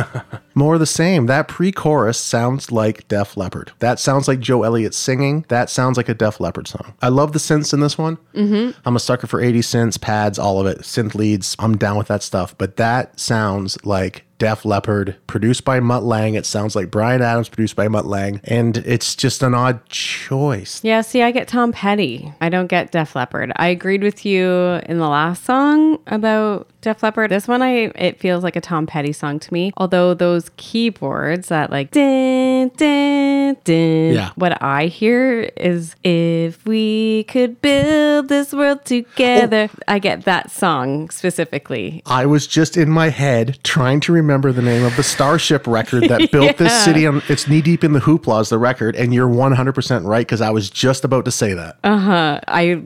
A: More of the same. That pre chorus sounds like Def Leppard. That sounds like Joe Elliott singing. That sounds like a Def Leppard song. I love the synths in this one. Mm-hmm. I'm a sucker for 80 synths, pads, all of it. Synth leads. I'm down with that stuff. But that sounds like Def Leppard, produced by Mutt Lang. It sounds like Brian Adams, produced by Mutt Lang. And it's just an odd choice.
B: yeah, see, I get Tom Petty. I don't get Def Leppard. I agreed with you in the last song about Def Leppard. This one, I it feels like a Tom Petty song to me. Although those keyboards that like dun, dun, dun,
A: Yeah.
B: what I hear is if we could build this world together. I get that song specifically.
A: I was just in my head trying to remember the name of the Starship record that built this city. On, it's knee deep in the hoopla is the record, and you're 100% right because I was just about to say that.
B: Oh. I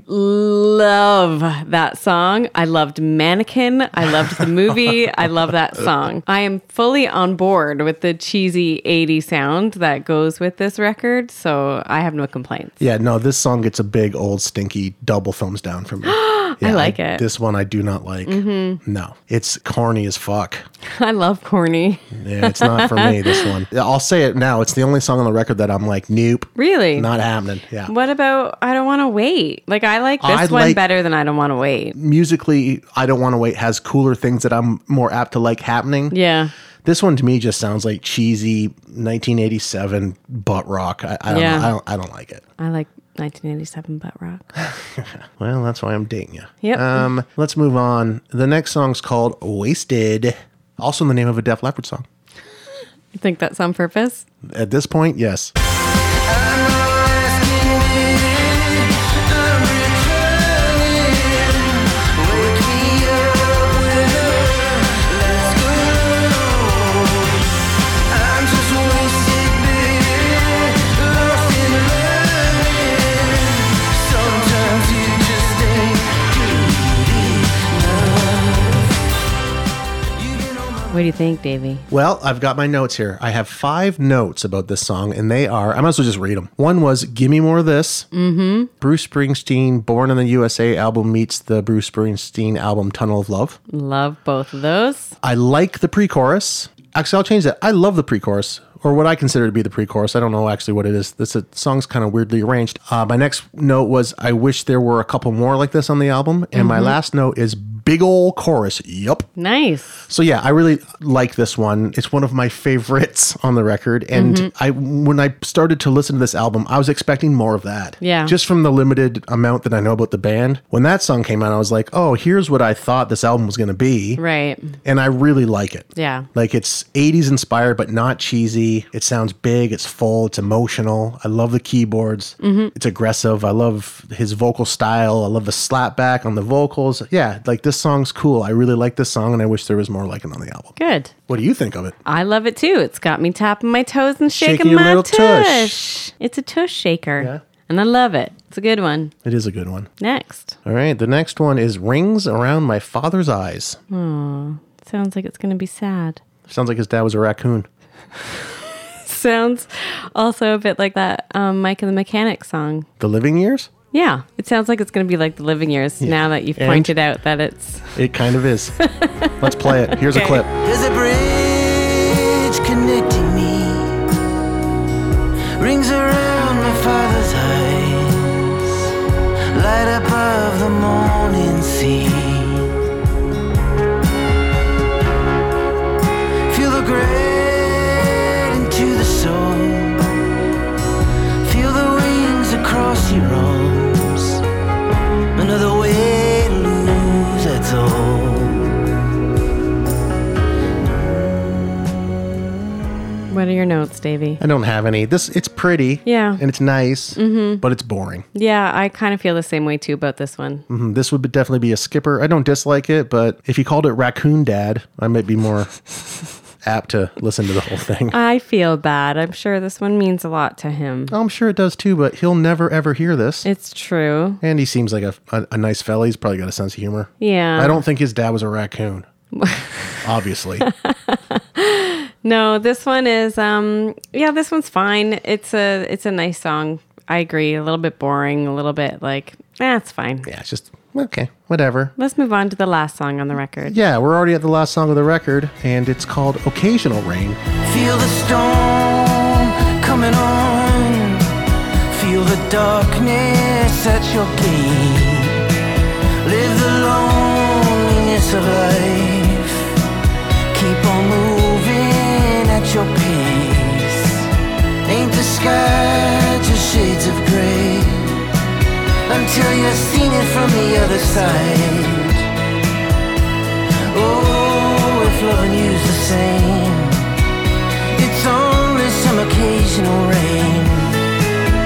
B: love that song. I loved Mannequin. I loved the movie. I love that song. I am fully on board with the cheesy 80 sound that goes with this record, so I have no complaints.
A: Yeah, no, this song gets a big old stinky double couple films down from me. Yeah,
B: like it. Mm-hmm.
A: This one I do not like. No, it's corny as fuck.
B: I love corny.
A: Yeah, it's not for me. This one. I'll say it now. It's the only song on the record that I'm like, nope,
B: Really?
A: not happening. Yeah.
B: What about I don't want to wait? Like I like this
A: I
B: one
A: like-
B: better than I don't want to wait.
A: Musically, I don't want to wait. Has cooler things that I'm more apt to like happening.
B: Yeah.
A: This one to me just sounds like cheesy 1987 butt rock. I, I don't
B: Yeah.
A: know. I don't, I don't like it.
B: I like 1987 butt rock.
A: Well, that's why I'm dating you.
B: Yep.
A: Um, let's move on. The next song's called Wasted, also in the name of a Def Leppard song.
B: You think that's on purpose?
A: At this point, yes.
B: What do you think, Davey?
A: Well, I've got my notes here. I have five notes about this song, and they are I might as well just read them. One was Give Me More of This. Mm-hmm. Bruce Springsteen Born in the USA album meets the Bruce Springsteen album Tunnel of Love.
B: Love both of those.
A: I like the pre chorus. Actually, I'll change that. I love the pre chorus, or what I consider to be the pre chorus. I don't know actually what it is. This uh, song's kind of weirdly arranged. Uh, my next note was I wish there were a couple more like this on the album. And my last note is big ol' chorus. Yup.
B: Nice.
A: So yeah, I really like this one. It's one of my favorites on the record, and I when I started to listen to this album, I was expecting more of that.
B: Yeah.
A: just from the limited amount that I know about the band. When that song came out, I was like, oh, here's what I thought this album was going to be,
B: Right.
A: and I really like it.
B: Yeah.
A: Like it's 80s inspired, but not cheesy. It sounds big, it's full, it's emotional. I love the keyboards.
B: Mm-hmm.
A: It's aggressive. I love his vocal style. I love the slap back on the vocals. Yeah, like this song's cool. I really like this song and I wish there was more like it on the album.
B: Good.
A: What do you think of it?
B: I love it too. It's got me tapping my toes and shaking,
A: Shaking your
B: my
A: little
B: tush.
A: tush.
B: It's a tush shaker.
A: Yeah.
B: And I love it. It's a good one.
A: It is a good one.
B: Next.
A: All right, the next one is Rings Around My Father's Eyes.
B: Sounds like it's going to be sad.
A: Sounds like his dad was a raccoon.
B: Sounds also a bit like that um, Mike and the Mechanic song.
A: The Living Years?
B: Yeah, it sounds like it's going to be like the living years now that you've
A: And-
B: pointed out that it's.
A: It kind of is. Let's play it. Here's a
B: Okay.
A: clip.
F: There's a bridge connecting me. Rings around my father's eyes. Light above the morning sea. Feel the great into the soul. Feel the wings across your arms. Another way to lose, that's all.
B: What are your notes, Davey?
A: I don't have any. This it's pretty.
B: Yeah. Mm-hmm.
A: And it's nice, but it's boring.
B: Yeah, I kind of feel the same way too about this one.
A: Mhm, This would be- definitely be a skipper. I don't dislike it, but if you called it Raccoon Dad, I might be more apt to listen to the whole thing.
B: I feel bad. I'm sure this one means a lot to him.
A: I'm sure it does too, but he'll never ever hear this.
B: It's true.
A: And he seems like a, a, a nice fella. He's probably got a sense of humor.
B: Yeah.
A: I don't think his dad was a raccoon. Obviously.
B: No, this one is um yeah, this one's fine. It's a it's a nice song. I agree. A little bit boring, a little bit like, eh, it's fine.
A: Yeah, it's just, okay, whatever.
B: Let's move on to the last song on the record.
A: Yeah, we're already at the last song of the record, and it's called Occasional Rain.
F: Feel the storm coming on. Feel the darkness at your gate. Live the loneliness of life. Keep on moving at your pace. Ain't the sky just shades of gray? Until you've seen it from the other side. Oh, if loving you's the same. It's only some occasional rain.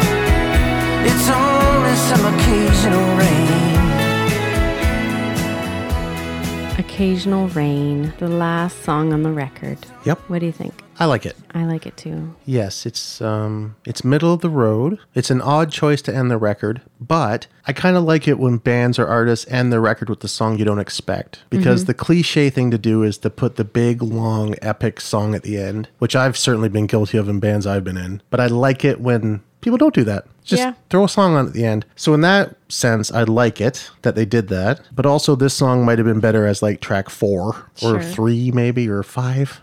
F: It's only some occasional rain.
B: Occasional Rain, the last song on the record.
A: Yep.
B: What do you think?
A: I like it.
B: I like it too.
A: Yes, it's um it's middle of the road. It's an odd choice to end the record, but I kind of like it when bands or artists end the record with the song you don't expect because
B: Mm-hmm.
A: the cliche thing to do is to put the big long epic song at the end, which I've certainly been guilty of in bands I've been in. But I like it when People don't do that. Just
B: Yeah.
A: throw a song on at the end. So in that sense, I like it that they did that. But also, this song might have been better as like track four
B: Sure.
A: or three, maybe or five,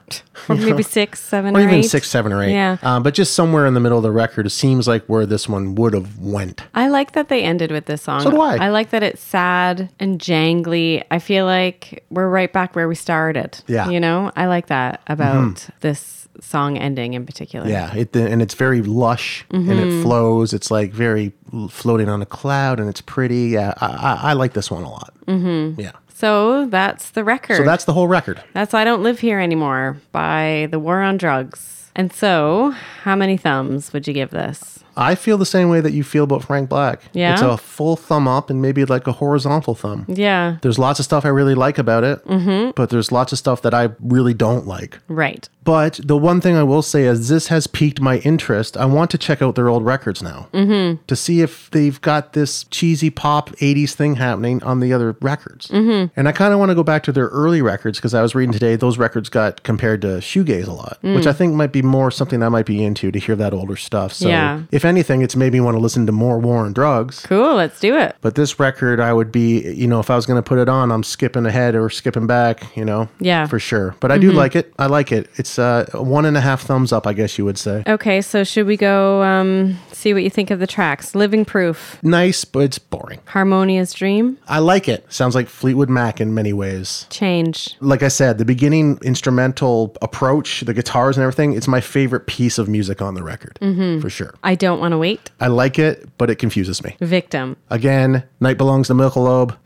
B: Or maybe six, seven,
A: or
B: or
A: even
B: eight.
A: six, seven, or eight.
B: Yeah.
A: Uh, but just somewhere in the middle of the record seems like where this one would have went.
B: I like that they ended with this song.
A: So do I.
B: I like that it's sad and jangly. I feel like we're right back where we started.
A: Yeah. Mm-hmm.
B: You know, I like that about this song ending in particular.
A: Yeah, it and it's very lush and
B: Mm-hmm.
A: it flows. It's like very floating on a cloud and it's pretty. Yeah, I, I, I like this one a lot. Mm-hmm. Yeah,
B: So that's the record.
A: so that's the whole record.
B: That's I Don't Live Here Anymore by The War on Drugs. And so, how many thumbs would you give this?
A: I feel the same way that you feel about Frank Black.
B: Yeah?
A: it's a full thumb up and maybe like a horizontal thumb.
B: Yeah.
A: There's lots of stuff I really like about it, mm-hmm. but there's lots of stuff that I really don't like.
B: Right.
A: But the one thing I will say is this has piqued my interest. I want to check out their old records now mm-hmm. to see if they've got this cheesy pop 80s thing happening on the other records. Mm-hmm. And I kind of want to go back to their early records because I was reading today those records got compared to shoegaze a lot, which I think might be more something I might be into to hear that older stuff. So
B: Yeah.
A: if anything, it's made me want to listen to more War on Drugs.
B: Cool. Let's do it.
A: But this record, I would be, you know, if I was going to put it on, I'm skipping ahead or skipping back, you know?
B: Yeah.
A: For sure. But I do like it. I like it. It's uh, one and a half thumbs up, I guess you would say.
B: Okay. So, should we go um, see what you think of the tracks? Living Proof,
A: Nice, but it's boring.
B: Harmonious Dream,
A: I like it. Sounds like Fleetwood Mac in many ways.
B: Change.
A: Like I said, the beginning instrumental approach, the guitars and everything, it's my favorite piece of music on the record, for sure.
B: I Don't Want to Wait,
A: I like it, but it confuses me.
B: Victim.
A: Again, Night Belongs to Michelob.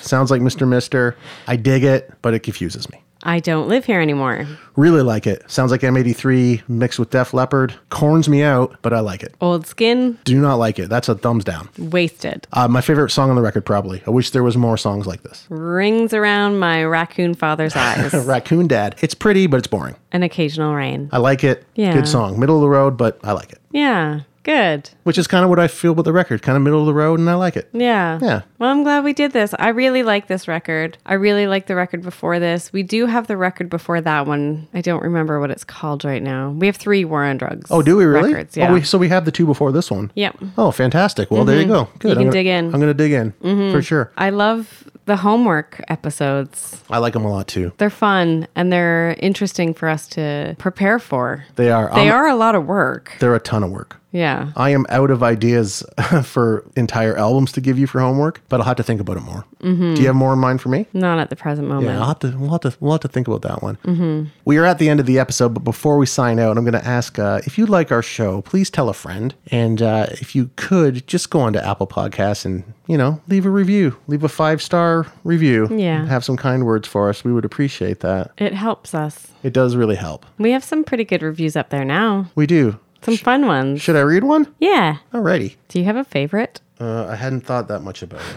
A: Sounds like Mr. Mister. I dig it, but it confuses me.
B: I Don't Live Here Anymore,
A: Really like it. Sounds like M83 mixed with Def Leppard. Corns me out, but I like it.
B: Old Skin,
A: Do not like it. That's a thumbs down.
B: Wasted.
A: Uh, my favorite song on the record, probably. I wish there was more songs like this.
B: Rings Around My Raccoon Father's Eyes,
A: Raccoon Dad. It's pretty, but it's boring.
B: An Occasional Rain.
A: I like it.
B: Yeah.
A: Good song. Middle of the road, but I like it.
B: Yeah. Good.
A: Which is kind of what I feel with the record. Kind of middle of the road, and I like it.
B: Yeah.
A: Yeah.
B: Well, I'm glad we did this. I really like this record. I really like the record before this. We do have the record before that one. I don't remember what it's called right now. We have three War on Drugs.
A: Oh, do we really?
B: Records, yeah.
A: Oh, we, so we have the two before this one.
B: Yep. Mm-hmm.
A: Oh, fantastic. Well, there you go. Good.
B: can
A: I'm gonna,
B: dig in. Mm-hmm.
A: I'm going to dig in for sure.
B: I love the homework episodes.
A: I like them a lot too.
B: They're fun and they're interesting for us to prepare for.
A: They are.
B: They
A: I'm-
B: are a lot of work.
A: They're a ton of work.
B: Yeah.
A: I am out of ideas for entire albums to give you for homework, but I'll have to think about it more. Do you have more in mind for me?
B: Not at the present moment.
A: Yeah, I'll have to, we'll, have to, we'll have to think about that one. We are at the end of the episode, but before we sign out, I'm going to ask uh, if you like our show, please tell a friend. And uh, if you could, just go onto Apple Podcasts and, you know, leave a review, leave a five star review.
B: Yeah.
A: Have some kind words for us. We would appreciate that.
B: It helps us.
A: It does really help.
B: We have some pretty good reviews up there now.
A: We do.
B: Some fun ones.
A: Should I read one?
B: yeah.
A: Alrighty.
B: Do you have a favorite?
A: Uh, I hadn't thought that much about it.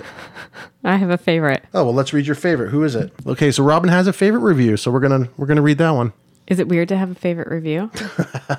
B: I have a favorite.
A: Oh well, let's read your favorite. Who is it? Okay, so Robin has a favorite review, so we're gonna we're gonna read that one.
B: Is it weird to have a favorite review?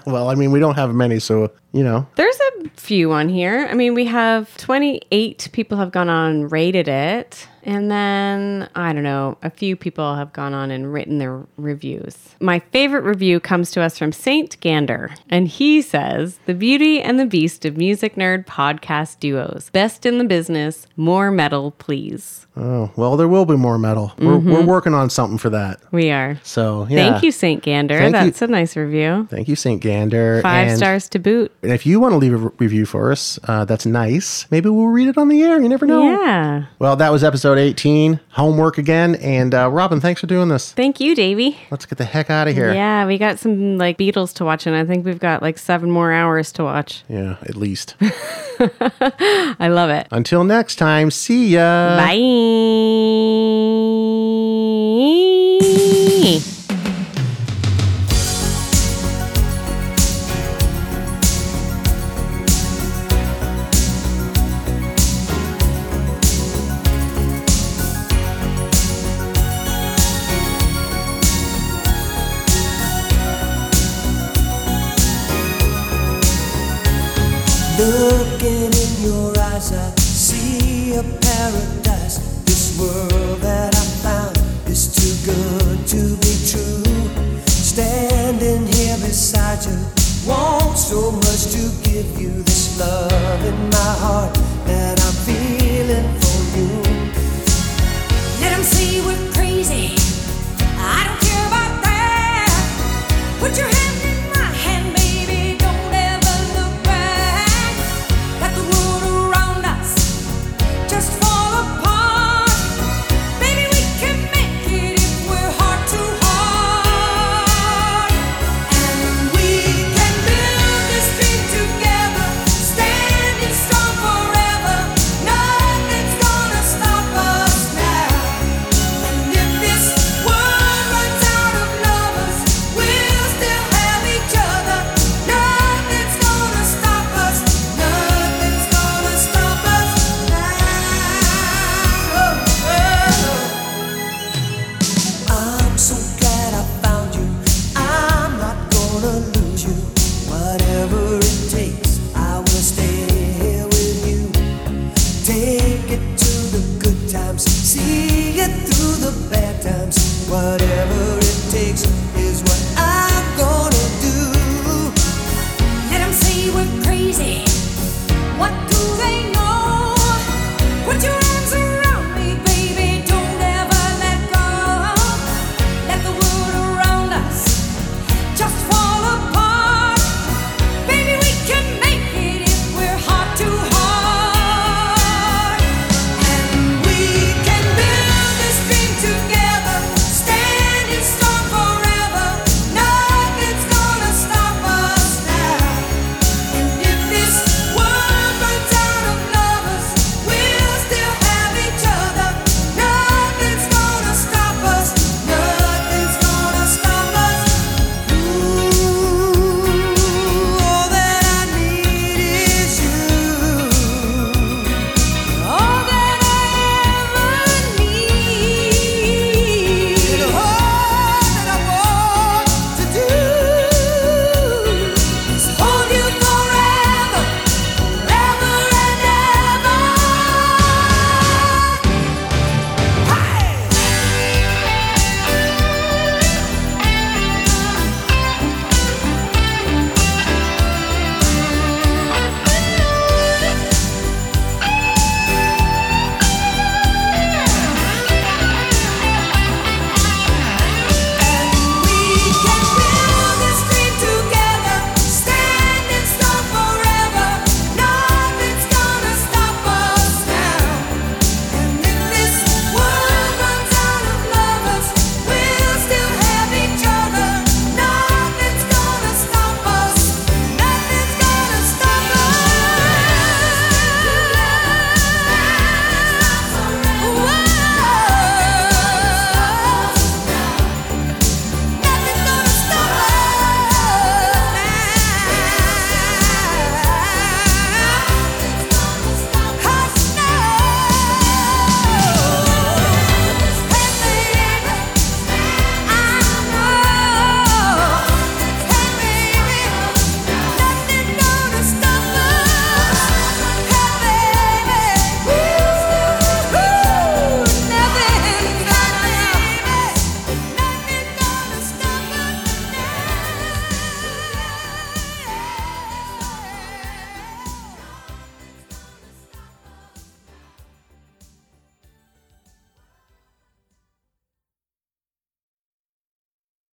A: Well, I mean, we don't have many, so you know.
B: There's a few on here. I mean, we have 28 people have gone on and rated it. And then, I don't know, a few people have gone on and written their reviews. My favorite review comes to us from Saint Gander. And he says The Beauty and the Beast of Music Nerd podcast duos. Best in the business. More metal, please.
A: Oh well, there will be more metal. We're we're working on something for that.
B: We are.
A: So yeah.
B: Mm-hmm. Thank you, Saint Gander.
A: Thank you.
B: That's a nice review.
A: Thank you, Saint Gander.
B: Five
A: And-
B: stars to boot.
A: And if you want to leave a re- review for us, uh, that's nice. Maybe we'll read it on the air. You never know.
B: Yeah.
A: Well, that was episode 18. Homework again. And uh, Robin, thanks for doing this.
B: Thank you, Davey.
A: Let's get the heck out of here.
B: Yeah, we got some like Beatles to watch, and I think we've got like seven more hours to watch.
A: Yeah, at least.
B: I love it.
A: Until next time, see ya.
B: Bye.
G: Looking in your eyes, I see a paradise. This world that I found is too good to be true. Standing here beside you, Want so much to give you this love in my heart that I'm feeling for you.
H: Let 'em say we're crazy. I don't care about that. Put your hand in my hand, baby. Don't ever look back. Let the world around us just fall apart. Baby, we can make it if we're heart to heart. And we can build this dream together, standing strong forever. Nothing's gonna stop us now. And if this world runs out of lovers, we'll still have each other. Nothing's gonna stop us. Nothing's gonna stop us now.
G: I'm so glad I found you. I'm not gonna lose you. Whatever it takes, I will stay here with you. Take it to the good times, see it through the bad times. Whatever